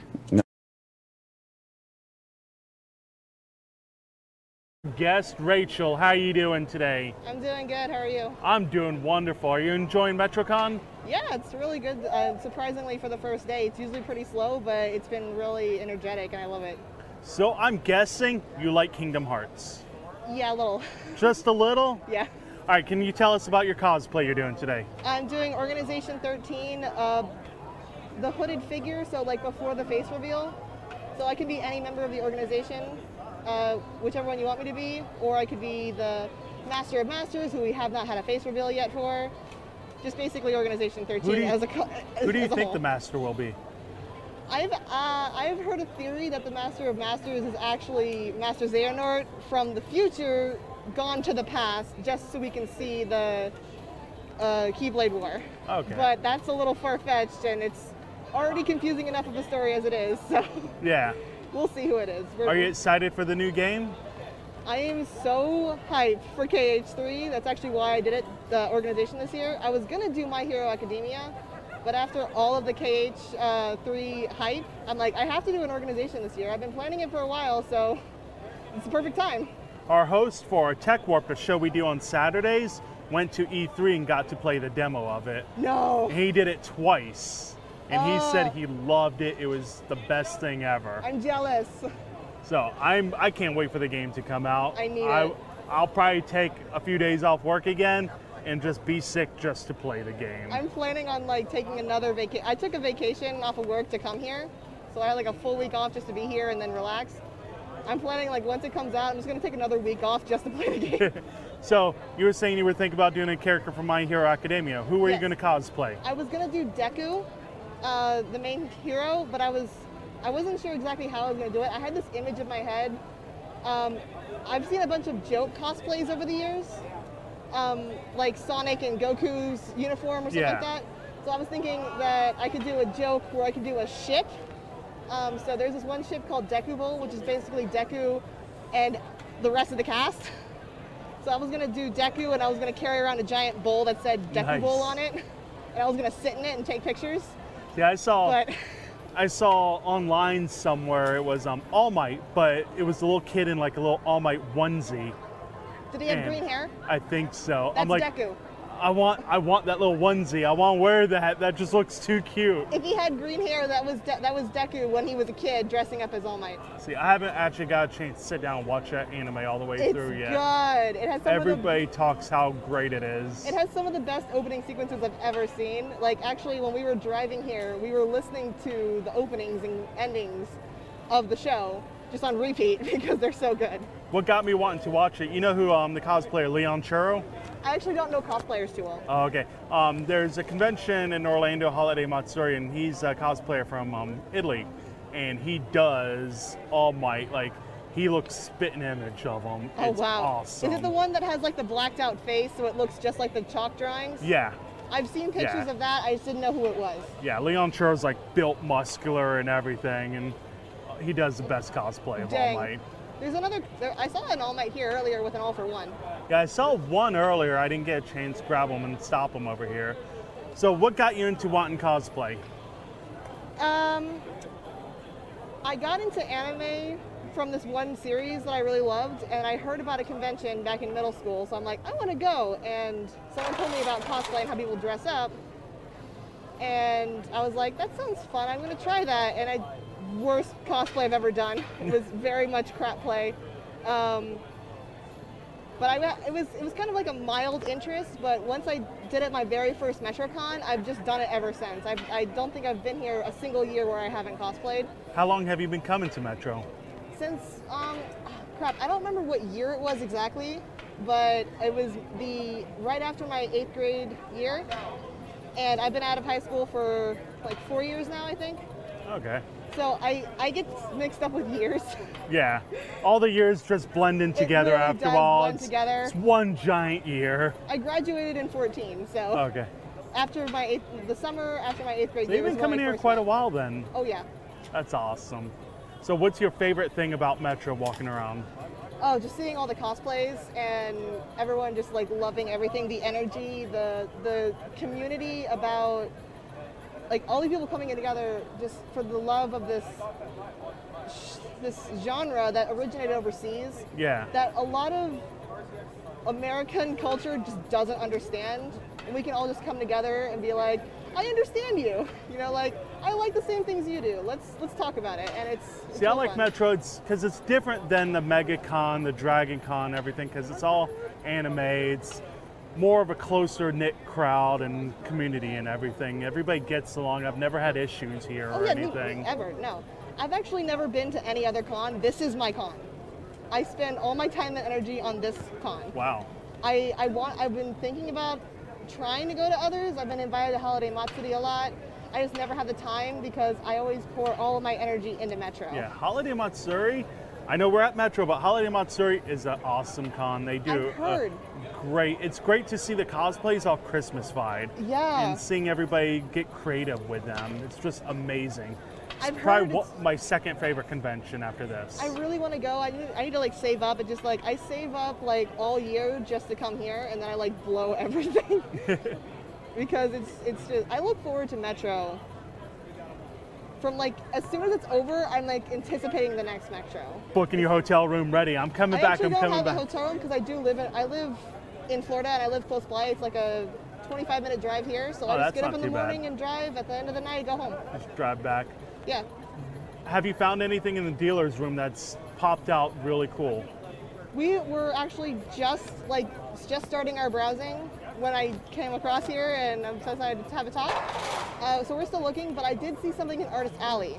Guest Rachel, how you doing today? I'm doing good. How are you? I'm doing wonderful. Are you enjoying MetroCon? Yeah, it's really good. Uh, surprisingly, for the first day, it's usually pretty slow, but it's been really energetic, and I love it. So I'm guessing you like Kingdom Hearts. Yeah, a little. <laughs> Just a little? yeah. All right, can you tell us about your cosplay you're doing today? I'm doing Organization 13, uh, the hooded figure, so like before the face reveal. So I could be any member of the organization, uh, whichever one you want me to be, or I could be the Master of Masters, who we have not had a face reveal yet for. Just basically Organization 13 Who do you- as a co- Who do you as a think whole. the master will be? I've uh, I've heard a theory that the Master of Masters is actually Master Xehanort from the future, gone to the past, just so we can see the uh, Keyblade War. Okay. But that's a little far fetched, and it's already confusing enough of a story as it is. <laughs> So Yeah. we'll see who it is. We're- Are you excited for the new game? I am so hyped for KH3. That's actually why I did it, the organization this year. I was gonna do My Hero Academia, but after all of the KH3 hype, I'm like, I have to do an organization this year. I've been planning it for a while, so it's the perfect time. Our host for our Tech Warp, the show we do on Saturdays, went to E3 and got to play the demo of it. No. He did it twice, and he Oh. said he loved it. It was the best thing ever. I'm jealous. So I'm I can't wait for the game to come out. I need it. I'll probably take a few days off work again and just be sick just to play the game. I'm planning on like taking another vacation. I took a vacation off of work to come here, so I had like a full week off just to be here and then relax. I'm planning like once it comes out, I'm just gonna take another week off just to play the <laughs> game. so you were saying you were thinking about doing a character from My Hero Academia. Who are Yes. you going to cosplay? I was gonna do Deku, uh, the main hero, but I was I wasn't sure exactly how I was gonna do it. I had this image in my head. Um, I've seen a bunch of joke cosplays over the years, um, like Sonic and Goku's uniform or something Yeah. like that. So I was thinking that I could do a joke where I could do a ship. Um, so there's this one ship called Deku Bowl, which is basically Deku and the rest of the cast. So I was gonna do Deku, and I was gonna carry around a giant bowl that said Deku Nice. Bowl on it, and I was gonna sit in it and take pictures. Yeah, I saw But I saw online somewhere it was um All Might, but it was a little kid in like a little All Might onesie. did he have And green hair? I think so. That's I'm like Deku. I want I want that little onesie. I want to wear that. That just looks too cute. If he had green hair, that was De- that was Deku when he was a kid dressing up as All Might. See, I haven't actually got a chance to sit down and watch that anime all the way It's through yet. good. It has some Everybody talks how great it is. of the it has some of the best opening sequences I've ever seen. Like actually, when we were driving here, we were listening to the openings and endings of the show just on repeat <laughs> because they're so good. what got me wanting to watch it? You know who um the cosplayer Leon Churro? I actually don't know cosplayers too well. Oh, okay. Um, there's a convention in Orlando, Holiday Matsuri, and he's a cosplayer from um, Italy, and he does All Might. Like he looks spitting image of him. Oh it's wow! Awesome. Is it the one that has like the blacked out face, so it looks just like the chalk drawings? Yeah, I've seen pictures Yeah. of that. I just didn't know who it was. yeah. Leon Churro's like built, muscular, and everything, and uh, he does the best cosplay of Dang. All Might. There's another. There, I saw an All Might here earlier with an All for One. Yeah, I saw one earlier. I didn't get a chance to grab them and stop them over here. So, what got you into wanting cosplay? Um, I got into anime from this one series that I really loved, and I heard about a convention back in middle school, so I'm like, I want to go. And someone told me about cosplay and how people dress up, and I was like, that sounds fun. I'm gonna try that. And I, worst cosplay I've ever done. It was very much crap play. Um, But I, wa- it was it was kind of like a mild interest. But once I did it my very first MetroCon, I've just done it ever since. I've, I don't think I've been here a single year where I haven't cosplayed How long have you been coming to Metro? since um crap i don't remember what year it was exactly but it was the right after my eighth grade year and i've been out of high school for like four years now i think Okay. so i i get mixed up with years <laughs> Yeah. All the years just blending together really after does all. blend it's, together. it's one giant year. i graduated in 14 so Okay. after my eighth the summer after my eighth grade So year you've been was when coming I here first quite a went. while then. oh yeah That's awesome. So what's your favorite thing about Metro walking around? Oh, just seeing all the cosplays and everyone just like loving everything, the energy, the the community about like all the people coming in together just for the love of this this genre that originated overseas Yeah. that a lot of American culture just doesn't understand. And we can all just come together and be like, I understand you. You know, like I like the same things you do. Let's let's talk about it. And it's, it's See, I real like fun. Metro because it's different than the Mega Con, the Dragon Con, everything, because it's all anime. It's more of a closer knit crowd and community and everything. Everybody gets along. I've never had issues here Oh or yeah, me- anything. ever. No. I've actually never been to any other con. This is my con. I spend all my time and energy on this con. Wow. I, I want I've been thinking about trying to go to others. I've been invited to Holiday Matsuri a lot. I just never have the time because I always pour all of my energy into Metro. Yeah, Holiday Matsuri. I know we're at Metro, but Holiday Matsuri is an awesome con. They do uh, I've heard. A great. It's great to see the cosplays all Christmas-fied. Yeah. And seeing everybody get creative with them. It's just amazing. It's I've probably heard one- it's- my second favorite convention after this. I really want to go. I need, I need to like save up and just like I save up like all year just to come here, and then I like blow <laughs> everything because it's it's just I look forward to Metro. From like as soon as it's over, I'm like anticipating the next Metro. Booking your hotel room ready. I'm coming I back. actually I'm don't coming have back. a hotel room because I do live in I live in Florida and I live close by. It's like a 25 minute drive here, so Oh, I that's just get up not in the too bad. morning and drive. At the end of the night, go home. Just drive back. Yeah. Have you found anything in the dealer's room that's popped out really cool? We were actually just like just starting our browsing when I came across here, and I'm so excited to have a talk. Uh, so we're still looking, but I did see something in Artist Alley.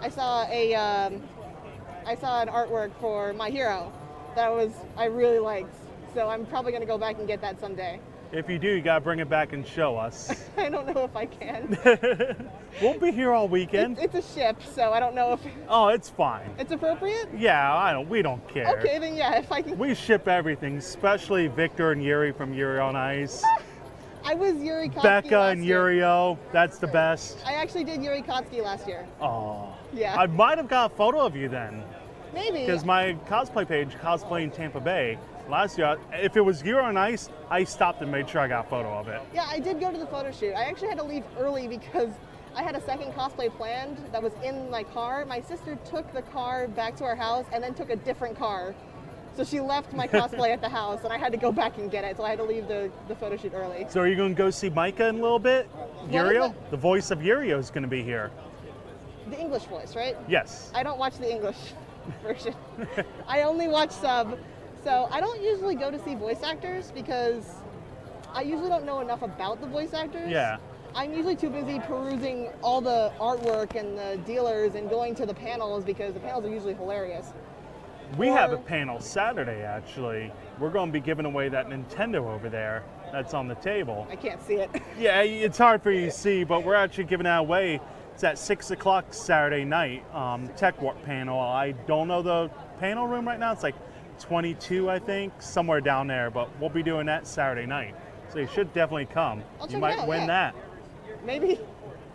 I saw a um, I saw an artwork for My Hero that was I really liked. So I'm probably gonna go back and get that someday. <laughs> If you do, you gotta bring it back and show us. I don't know if I can. we'll be here all weekend. it's a ship, so I don't know if <laughs> oh, it's fine. it's appropriate. Yeah, I don't. We don't care. Okay, then yeah, if I can. We ship everything, especially Victor and Yuri from Yuri <laughs> on Ice, I was Yuri Kotsky Becca last and year. Yurio. That's the best. I actually did Yuri Kotsky last year. Oh, Yeah. I might have got a photo of you then, Maybe. because my cosplay page, cosplay in Tampa Bay, last year, if it was Yuri on Ice, I stopped and made sure I got a photo of it. Yeah, I did go to the photo shoot. I actually had to leave early because I had a second cosplay planned that was in my car. My sister took the car back to our house and then took a different car. So she left my cosplay <laughs> at the house and I had to go back and get it. So I had to leave the, the photo shoot early. So are you going to go see Micah in a little bit? Yeah, Yurio, but- the voice of Yurio is going to be here. The English voice, right? Yes. I don't watch the English <laughs> <laughs> version. I only watch sub. So I don't usually go to see voice actors because I usually don't know enough about the voice actors. Yeah. I'm usually too busy perusing all the artwork and the dealers and going to the panels because the panels are usually hilarious. We have a Or- panel Saturday actually. We're going to be giving away that Nintendo over there that's on the table. I can't see it. <laughs> Yeah, it's hard for you to see, but we're actually giving that away. It's at six o'clock Saturday night. Um, Tech Warp panel. I don't know the panel room right now. It's like 22, I think, somewhere down there. But we'll be doing that Saturday night, so you should definitely come. I'll check you it might out, win yeah. that. Maybe.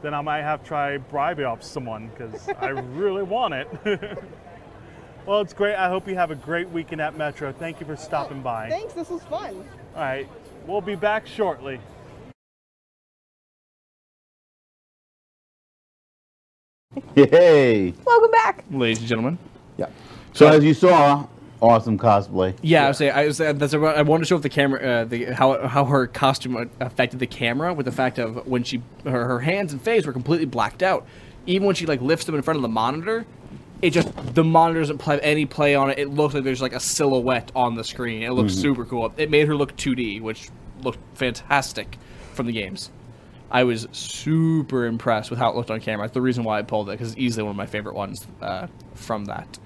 Then I might have to try bribe off someone because I really want it. <laughs> well, it's great. I hope you have a great weekend at Metro. Thank you for stopping by. Thanks, this was fun. All right, we'll be back shortly. Yay! Welcome back. ladies and gentlemen. Yeah. So as you saw, awesome cosplay. Yeah, I was saying, I was saying, that's about, I wanted to show off the camera, uh, the how how her costume affected the camera with the fact of when she her, her hands and face were completely blacked out, even when she like lifts them in front of the monitor, it just the monitor doesn't have any play on it. It looks like there's like a silhouette on the screen. It looks super cool. It made her look 2D, which looked fantastic from the games. I was super impressed with how it looked on camera. That's the reason why I pulled it because it's easily one of my favorite ones uh, from that.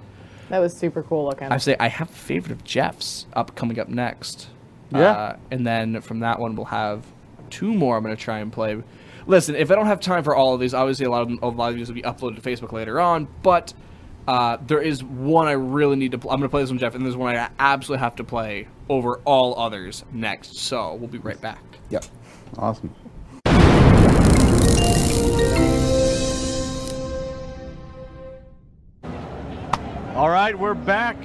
That was super cool looking. I say I have a favorite of Jeff's up coming up next. Uh, Yeah. and then from that one we'll have two more. I'm gonna try and play. Listen, if I don't have time for all of these, obviously a lot of them, a lot of these will be uploaded to Facebook later on. But uh, there is one I really need to. Pl- I'm gonna play this one, Jeff, and there's one I absolutely have to play over all others next. So we'll be right back. Yep. Awesome. All right, we're back.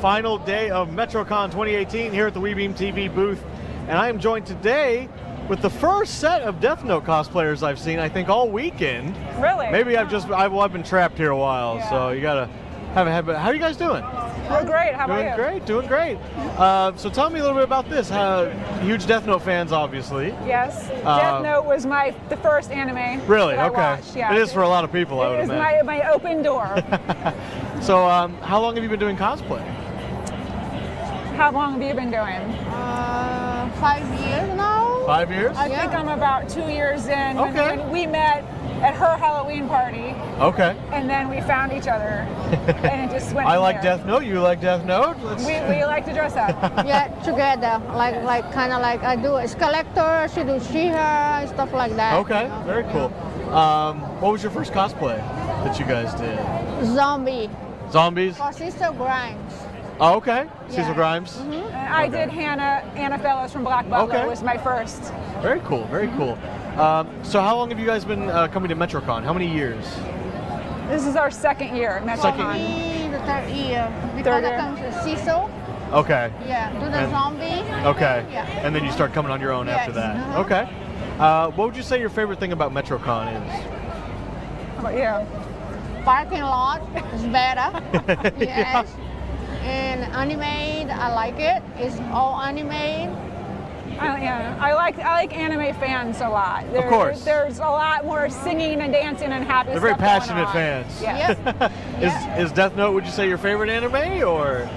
Final day of MetroCon 2018 here at the WeBeam TV booth, and I am joined today with the first set of Death Note cosplayers I've seen, I think, all weekend. Really? Maybe I've just I've, well, I've been trapped here a while, so you gotta haven't had. But how are you guys doing? We're great. How doing about you? great, doing great. Uh, so tell me a little bit about this. Uh, huge Death Note fans, obviously. Yes. Uh, Death Note was my the first anime. Really? that I Okay. watched, Yeah. It is for a lot of people, I would It is imagine. my, my open <laughs> door. So um, how long have you been doing cosplay? How long have you been doing? Uh, five years now. Five years. I think I'm about two years in. When, Okay. when we met at her Halloween party, Okay. and then we found each other, and it just <laughs> went. I from like there. Death Note. You like Death Note. Let's- We, we like to dress up. <laughs> yeah, together, like like kind of like I do a collector, she do she her and stuff like that. Okay, very cool. Um, what was your first cosplay that you guys did? Zombie Zombies? for Sister Grimes. Oh, okay. Cecil Yeah. Grimes. And Mm-hmm. I did Hannah Anna Fellows from Black Butler Okay. was my first. Very cool, very cool. Um, so, how long have you guys been uh, coming to MetroCon? How many years? This is our second year at MetroCon. Second Me, the third year. We Third kind of year. come to Cecil. Okay, Yeah, do the And- zombie. okay. Yeah. And then you start coming on your own after Yes. that. Uh-huh. Okay. Uh, what would you say your favorite thing about MetroCon How about you? Parking lot is better. is? <laughs> Yeah. yes. And anime, I like it. It's all anime. I, yeah, I like I like anime fans a lot. There, course. there's a lot more singing and dancing and happy. They're very stuff passionate going on. fans. Yeah. Yes. <laughs> is, is Death Note, would you say, your favorite anime or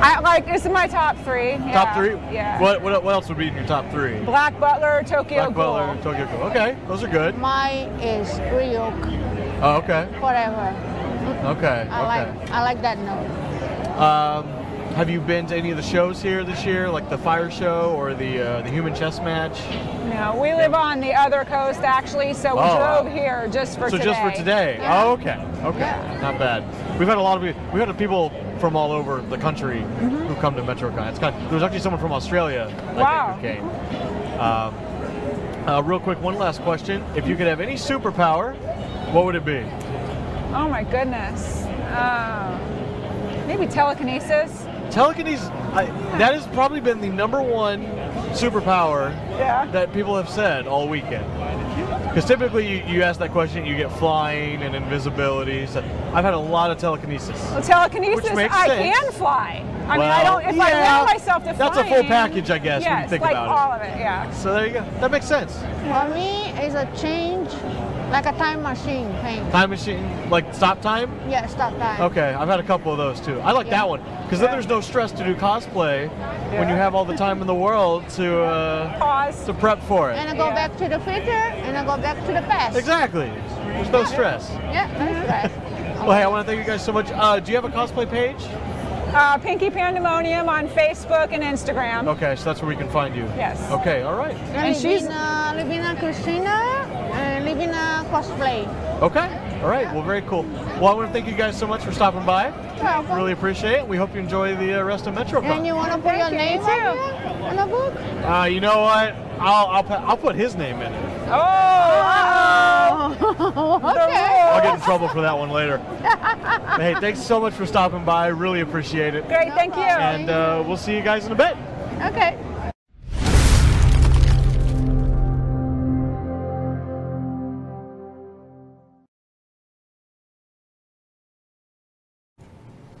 I like this is my top three. top yeah, three? Yeah. What, what, what else would be in your top three? Black Butler, Tokyo Black Butler, Ghoul. Tokyo Ghoul. Okay, those are good. Mine is Ryuk, Oh, okay, whatever. okay, I okay. like I like that note. Um, have you been to any of the shows here this year, like the Fire Show or the uh, the Human Chess Match? No, we live on the other coast actually, so we Oh, wow. drove here just for so today. just for today. Yeah. Oh, okay, okay, not bad. We've had a lot of we have had people from all over the country Mm-hmm. who come to MetroCon. It's kind of, there was actually someone from Australia I Wow. think, who came. Um, uh, real quick, one last question: If you could have any superpower, what would it be? Oh my goodness. Um, maybe telekinesis. Telekinesis. I, that has probably been the number one superpower Yeah. that people have said all weekend. Because typically you, you ask that question, you get flying and invisibility. So I've had a lot of telekinesis. Well, telekinesis, Which makes I sense. can fly. I mean, I Well, don't. If I yeah, allow myself to fly, that's a full package, I guess, when you Yes, think like about it. all of it. Yeah. So there you go. That makes sense. For me, it's a change, like a time machine thing. Time machine, like stop time. Yeah, stop time. Okay, I've had a couple of those too. I like that one because then Yeah. there's no stress to do cosplay when you have all the time in the world to uh, Pause. to prep for it. And I go Yeah. back to the future, and I go back to the past. Exactly. There's no stress. Yeah, that's right. Well, hey, I want to thank you guys so much. Uh, do you have a cosplay page? Uh, Pinky Pandemonium on Facebook and Instagram. Okay, so that's where we can find you. Yes. Okay, all right. And she's- Livina, Livina Christina, and Livina cosplay. Okay, all right. Well, very cool. Well, I want to thank you guys so much for stopping by. welcome. Really appreciate it. We hope you enjoy the uh, rest of And you MetroCon. want to put your you, name on me too. here on the book? Uh, you know what? I'll, I'll, pu- I'll put his name in it. Oh, uh-oh. <laughs> okay. I'll get in <laughs> trouble for that one later. hey, thanks so much for stopping by. Really appreciate it. great. Thank you. And uh, we'll see you guys in a bit. Okay.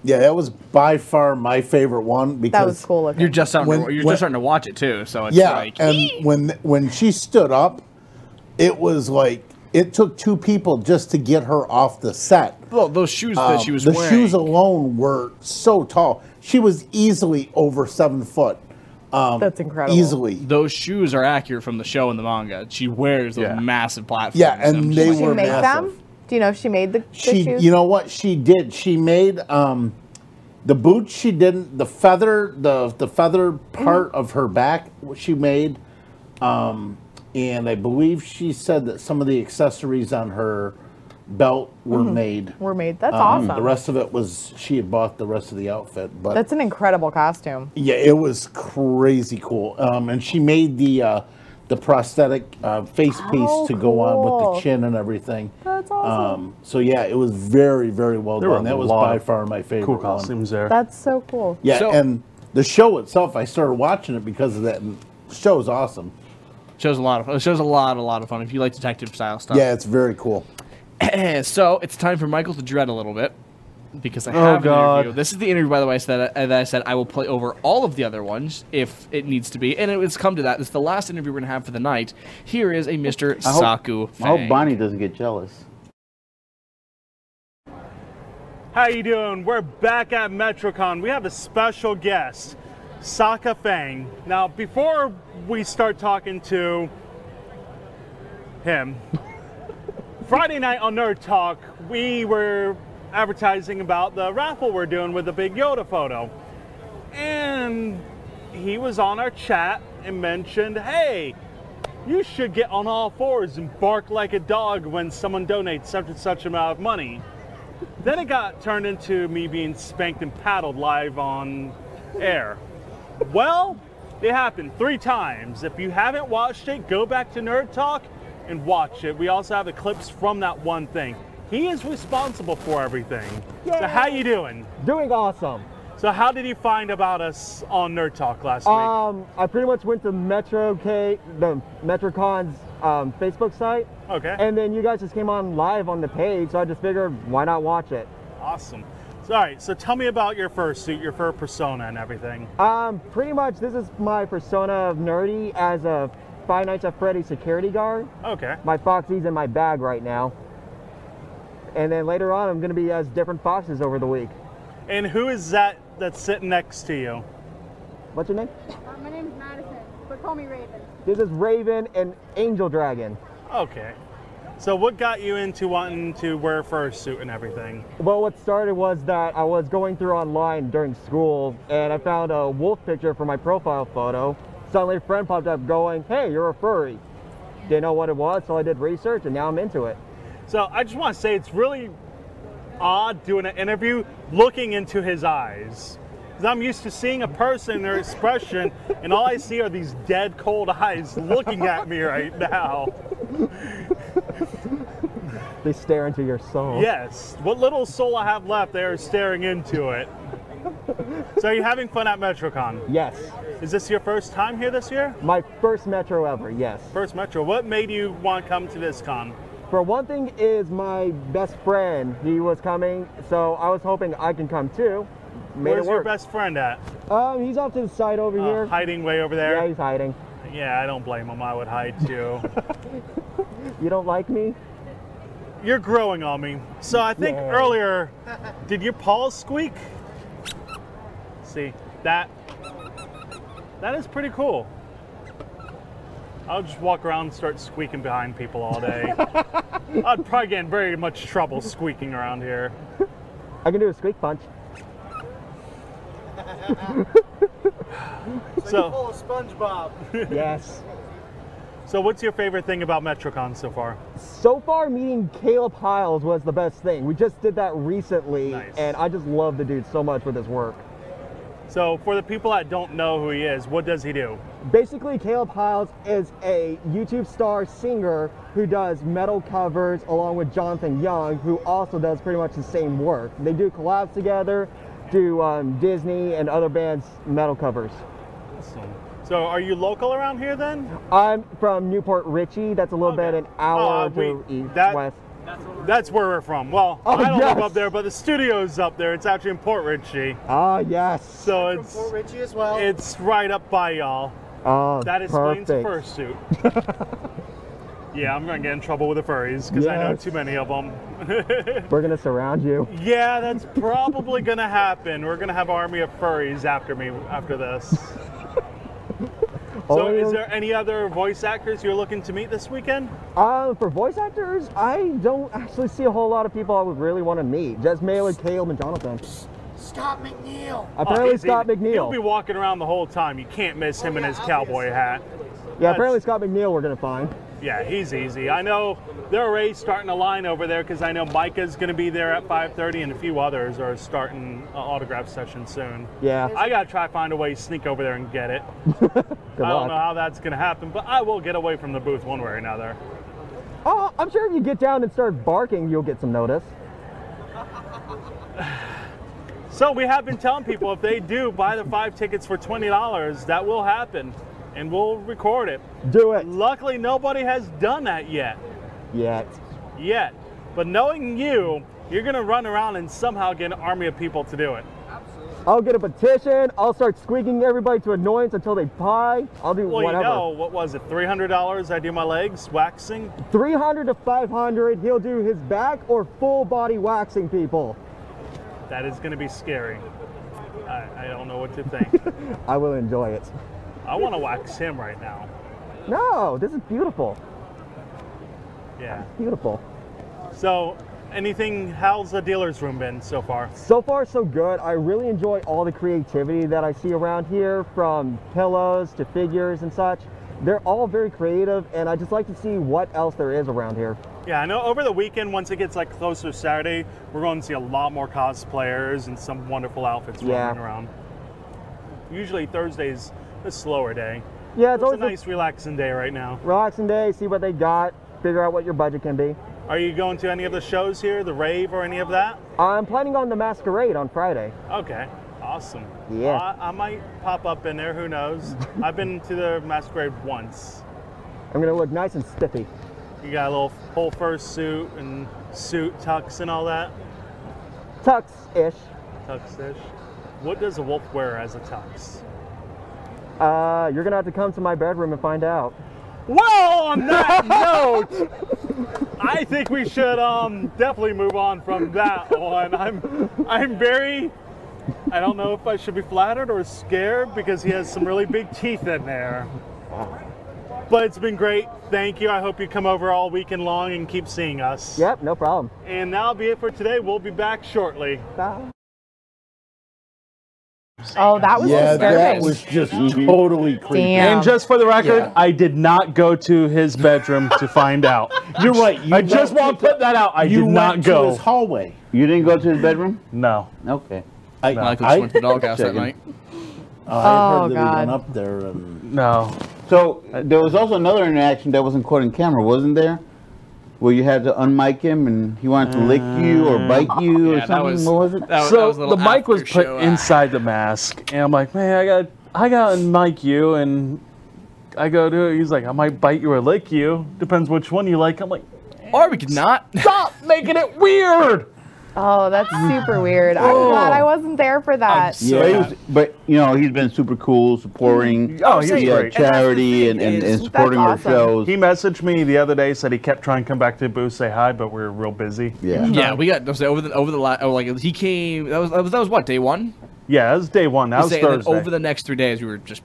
Yeah, that was by far my favorite one because that was cool looking. You're just starting. When- to, you're when- just starting to watch it too. So it's Yeah, like and when when she stood up, it was like It took two people just to get her off the set. Well, those shoes that she Um, was the wearing. shoes alone were so tall. She was easily over seven foot. Um, Easily. Those shoes are accurate from the show and the manga. She wears those massive platforms. Yeah, and I'm just they like- were make massive. them? Do you know if she made the, the She, shoes? you know what she did? She made um, the boots. She didn't the feather the the feather part Mm-hmm. of her back. She made, um, and I believe she said that some of the accessories on her belt were Mhm. made. were made. That's Um, The awesome. rest of it was she had bought the rest of the outfit, but That's an incredible costume. yeah, it was crazy cool. Um, and she made the uh, the prosthetic uh, face piece Oh, to go on with cool. the chin and everything. That's Um, so yeah, it was very very well There were done. a That was lot by of far my favorite cool one. costumes there. That's so cool. yeah, and the show itself, I started watching it because of that. And the show's awesome. Shows a lot of shows a lot a lot of fun if you like detective style stuff. Yeah, it's very cool. <clears throat> so it's time for Michael to dread a little bit because I Oh, have an God. interview. This is the interview, by the way, so that, I, that I said I will play over all of the other ones if it needs to be, and it, it's come to that. It's the last interview we're gonna have for the night. Here is a Mr. I hope- Saku. I hope Fang. Bonnie doesn't get jealous. How you doing? We're back at MetroCon. We have a special guest, Saka Fang. Now, before we start talking to him, <laughs> Friday night on Nerd Talk, we were advertising about the raffle we're doing with the big Yoda photo. And he was on our chat and mentioned, hey, you should get on all fours and bark like a dog when someone donates such and such amount of money. Then it got turned into me being spanked and paddled live on air. Well, it happened three times. If you haven't watched it, go back to Nerd Talk and watch it. We also have the clips from that one thing. He is responsible for everything. So how you doing? Doing awesome. So how did you find about us on Nerd Talk last week? Um, I pretty much went to Metro K, the MetroCon's um, Facebook site. Okay. And then you guys just came on live on the page, so I just figured why not watch it. Awesome. So, all right, so tell me about your fursuit, your fur persona and everything. Um, pretty much this is my persona of nerdy as a Five Nights at Freddy's security guard. Okay. My Foxy's in my bag right now. And then later on, I'm going to be as different foxes over the week. And who is that that's sitting next to you? What's your name? My name's Madison, but call me Raven. This is Raven and Angel Dragon. Okay. So what got you into wanting to wear fursuit and everything? Well, what started was that I was going through online during school and I found a wolf picture for my profile photo. Suddenly, a friend popped up going, Hey, you're a furry. Didn't know what it was, so I did research and now I'm into it. So I just want to say it's really odd doing an interview looking into his eyes. 'Cause I'm used to seeing a person, their expression, and all I see are these dead, cold eyes looking at me right now. They stare into your soul. Yes, what little soul I have left, they are staring into it. So are you having fun at MetroCon? Yes. Is this your first time here this year? My first Metro ever, yes. First Metro. What made you want to come to this con? For one thing, is my best friend. He was coming, so I was hoping I can come too. Made Where's it your work. best friend at? Um, he's off to the side over Uh, here. hiding way over there. Yeah, he's hiding. Yeah, I don't blame him. I would hide too. You don't like me? You're growing on me. So I think Yeah. earlier, did your paws squeak? See that? That is pretty cool. I'll just walk around and start squeaking behind people <laughs> all day. I'd probably get in very much trouble squeaking around here. I can do a squeak punch. So- full of SpongeBob. <laughs> yes. <laughs> So what's your favorite thing about MetroCon so far? So far, meeting Caleb Hiles was the best thing. We just did that recently, and I just love the dude so much with his work. So for the people that don't know who he is, what does he do? Basically, Caleb Hiles is a YouTube star singer who does metal covers along with Jonathan Young, who also does pretty much the same work. They do collabs together, do um, Disney and other bands' metal covers. Awesome. So are you local around here then? I'm from Newport Richie. That's a little bit an hour Oh, to we- east that- west. That's where we're from. Well, Oh, I don't yes. live up there, but the studio's up there. It's actually in Port Richey. Ah, yes. So it's Port Richey as well. It's right up by y'all. Oh, <laughs> that explains perfect. fursuit. Yeah, I'm gonna get in trouble with the furries because I know Yes. too many of them. <laughs> We're gonna surround you. yeah, that's probably gonna happen. We're gonna have an army of furries after me after this. Oh, so, is yeah. there any other voice actors you're looking to meet this weekend? Uh, for voice actors, I don't actually see a whole lot of people I would really want to meet. Just Maley, Caleb, and Jonathan. Scott McNeil. Apparently Scott McNeil. He'll be walking around the whole time. You can't miss him in his cowboy hat. Yeah, apparently Scott McNeil we're gonna <laughs> find. Yeah, he's easy. I know they're already starting a line over there because I know Micah's going to be there at 5:30, and a few others are starting an autograph session soon. Yeah. I gotta try to find a way to sneak over there and <laughs> get it. I don't luck. know how that's going to happen, but I will get away from the booth one way or another. Oh, I'm sure if you get down and start barking, you'll get some notice. So we have been telling people if they do buy the five tickets for twenty dollars, that will happen, and we'll record it. Do it. Luckily, nobody has done that yet. Yet. Yet, but knowing you, you're gonna run around and somehow get an army of people to do it. I'll get a petition. I'll start squeaking everybody to annoyance until they buy. I'll do Well, whatever. you know what was it? Three hundred dollars. I do my legs waxing. 300 to 500, he'll do his back or full body waxing people. That is gonna be scary. I, I don't know what <laughs> to think. I will enjoy it. I want to wax him right now. No, this is beautiful. Yeah. Beautiful. So, anything? How's the dealer's room been so far? So far, so good. I really enjoy all the creativity that I see around here from pillows to figures and such. They're all very creative, and I just like to see what else there is around here. Yeah, I know over the weekend, once it gets like closer to Saturday, we're going to see a lot more cosplayers and some wonderful outfits Yeah. roaming around. Usually Thursday's a slower day. Yeah, it's It's a always a nice relaxing day right now. relaxing day, see what they got, figure out what your budget can be. Are you going to any of the shows here, the rave or any of that? I'm planning on the masquerade on Friday. Okay, awesome. Yeah. I, I might pop up in there, <laughs> who knows? I've been to the masquerade once. I'm gonna look nice and stiffy. You got a little full fursuit and suit tux and all that. Tux ish. Tux-ish. What does a wolf wear as a tux? Uh, you're gonna have to come to my bedroom and find out. Well, <laughs> on that note, I think we should um, definitely move on from that one. I'm, I'm very, I don't know if I should be flattered or scared because he has some really big teeth in there. But it's been great. Thank you. I hope you come over all weekend long and keep seeing us. Yep, no problem. And that'll be it for today. We'll be back shortly. Oh, that was yeah, disturbing. that was just totally creepy. Damn. And just for the record, Yeah. I did not go to his bedroom to find out. <laughs> You're right. you I just went- want to put that out. I you did not went go. to his hallway. You didn't go to his bedroom? No. Okay. I, Michael just went to the doghouse that night. Uh, I Oh, heard that he God. went up there. And, No. So uh, there was also another interaction that wasn't caught in camera, wasn't there? Where you had to unmic him and he wanted to lick you Uh, or bite you or something. what was it? so the mic was put inside the mask, and I'm like, man, I got, I got to mic you, and I go to it. He's like, I might bite you or lick you. Depends which one you like. I'm like, or we could not. <laughs> Stop making it weird. Oh, that's super weird. I'm Oh. glad I wasn't there for that. but, he was- but, you know he's been super cool, supporting Oh, he's the, uh, great. charity and, and, and supporting our shows. He messaged me the other day, said he kept trying to come back to the booth, say hi, but we are real busy. Yeah. Yeah, we got so over the over the la- oh, like he came. That was, that was that was what day one. Yeah, that was day one. That We'll was say, and then Thursday. Over the next three days, we were just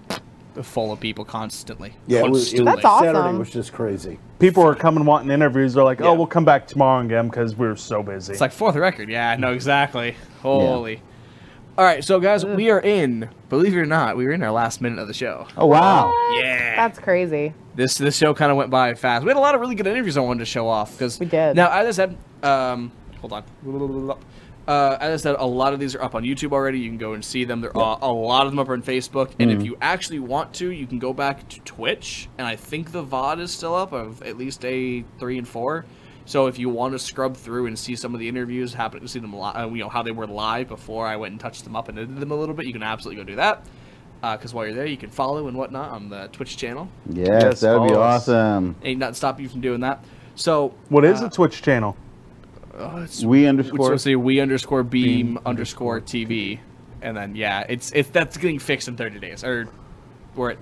full of people constantly. yeah, it was, it was- Constantly. Saturday was just crazy. People were coming wanting interviews. They're like, oh, we'll come back tomorrow and get them because we were so busy. It's like fourth record. Yeah, no, <laughs> exactly. Holy. All right, so guys, we are in. Believe it or not, we were in our last minute of the show. Oh wow. Yeah. That's crazy. This this show kind of went by fast. We had a lot of really good interviews I wanted to show off because we did. Now, as I said, um, hold on. Uh, as I said, a lot of these are up on YouTube already. You can go and see them. There are a lot of them up on Facebook, and if Mhm. you actually want to, you can go back to Twitch, and I think the VOD is still up of at least day three and four. So if you want to scrub through and see some of the interviews, happen to see them, li- uh, you know how they were live before I went and touched them up and edited them a little bit, you can absolutely go do that. Because Uh, while you're there, you can follow and whatnot on the Twitch channel. Yes, that would be awesome. Ain't nothing stopping you from doing that. So what is uh, the Twitch channel? Oh, it's We It's underscore. supposed to say we underscore beam, underscore TV, and then yeah, it's it's that's getting fixed in 30 days. Or we're at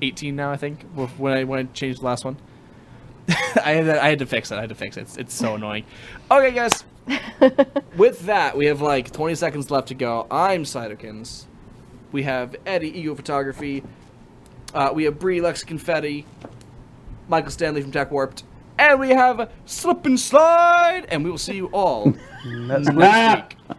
18 now, I think. wh- When I when I changed the last one. <laughs> I had to, I had to fix it. I had to fix it. It's, it's so annoying. Okay, <laughs> guys. With that, we have like 20 seconds left to go. I'm Cytokins. We have Eddie Ego Photography. Uh, we have Bree Lex Confetti. Michael Stanley from Tech Warped. <laughs> And we have Slip and Slide. And we will see you all next week.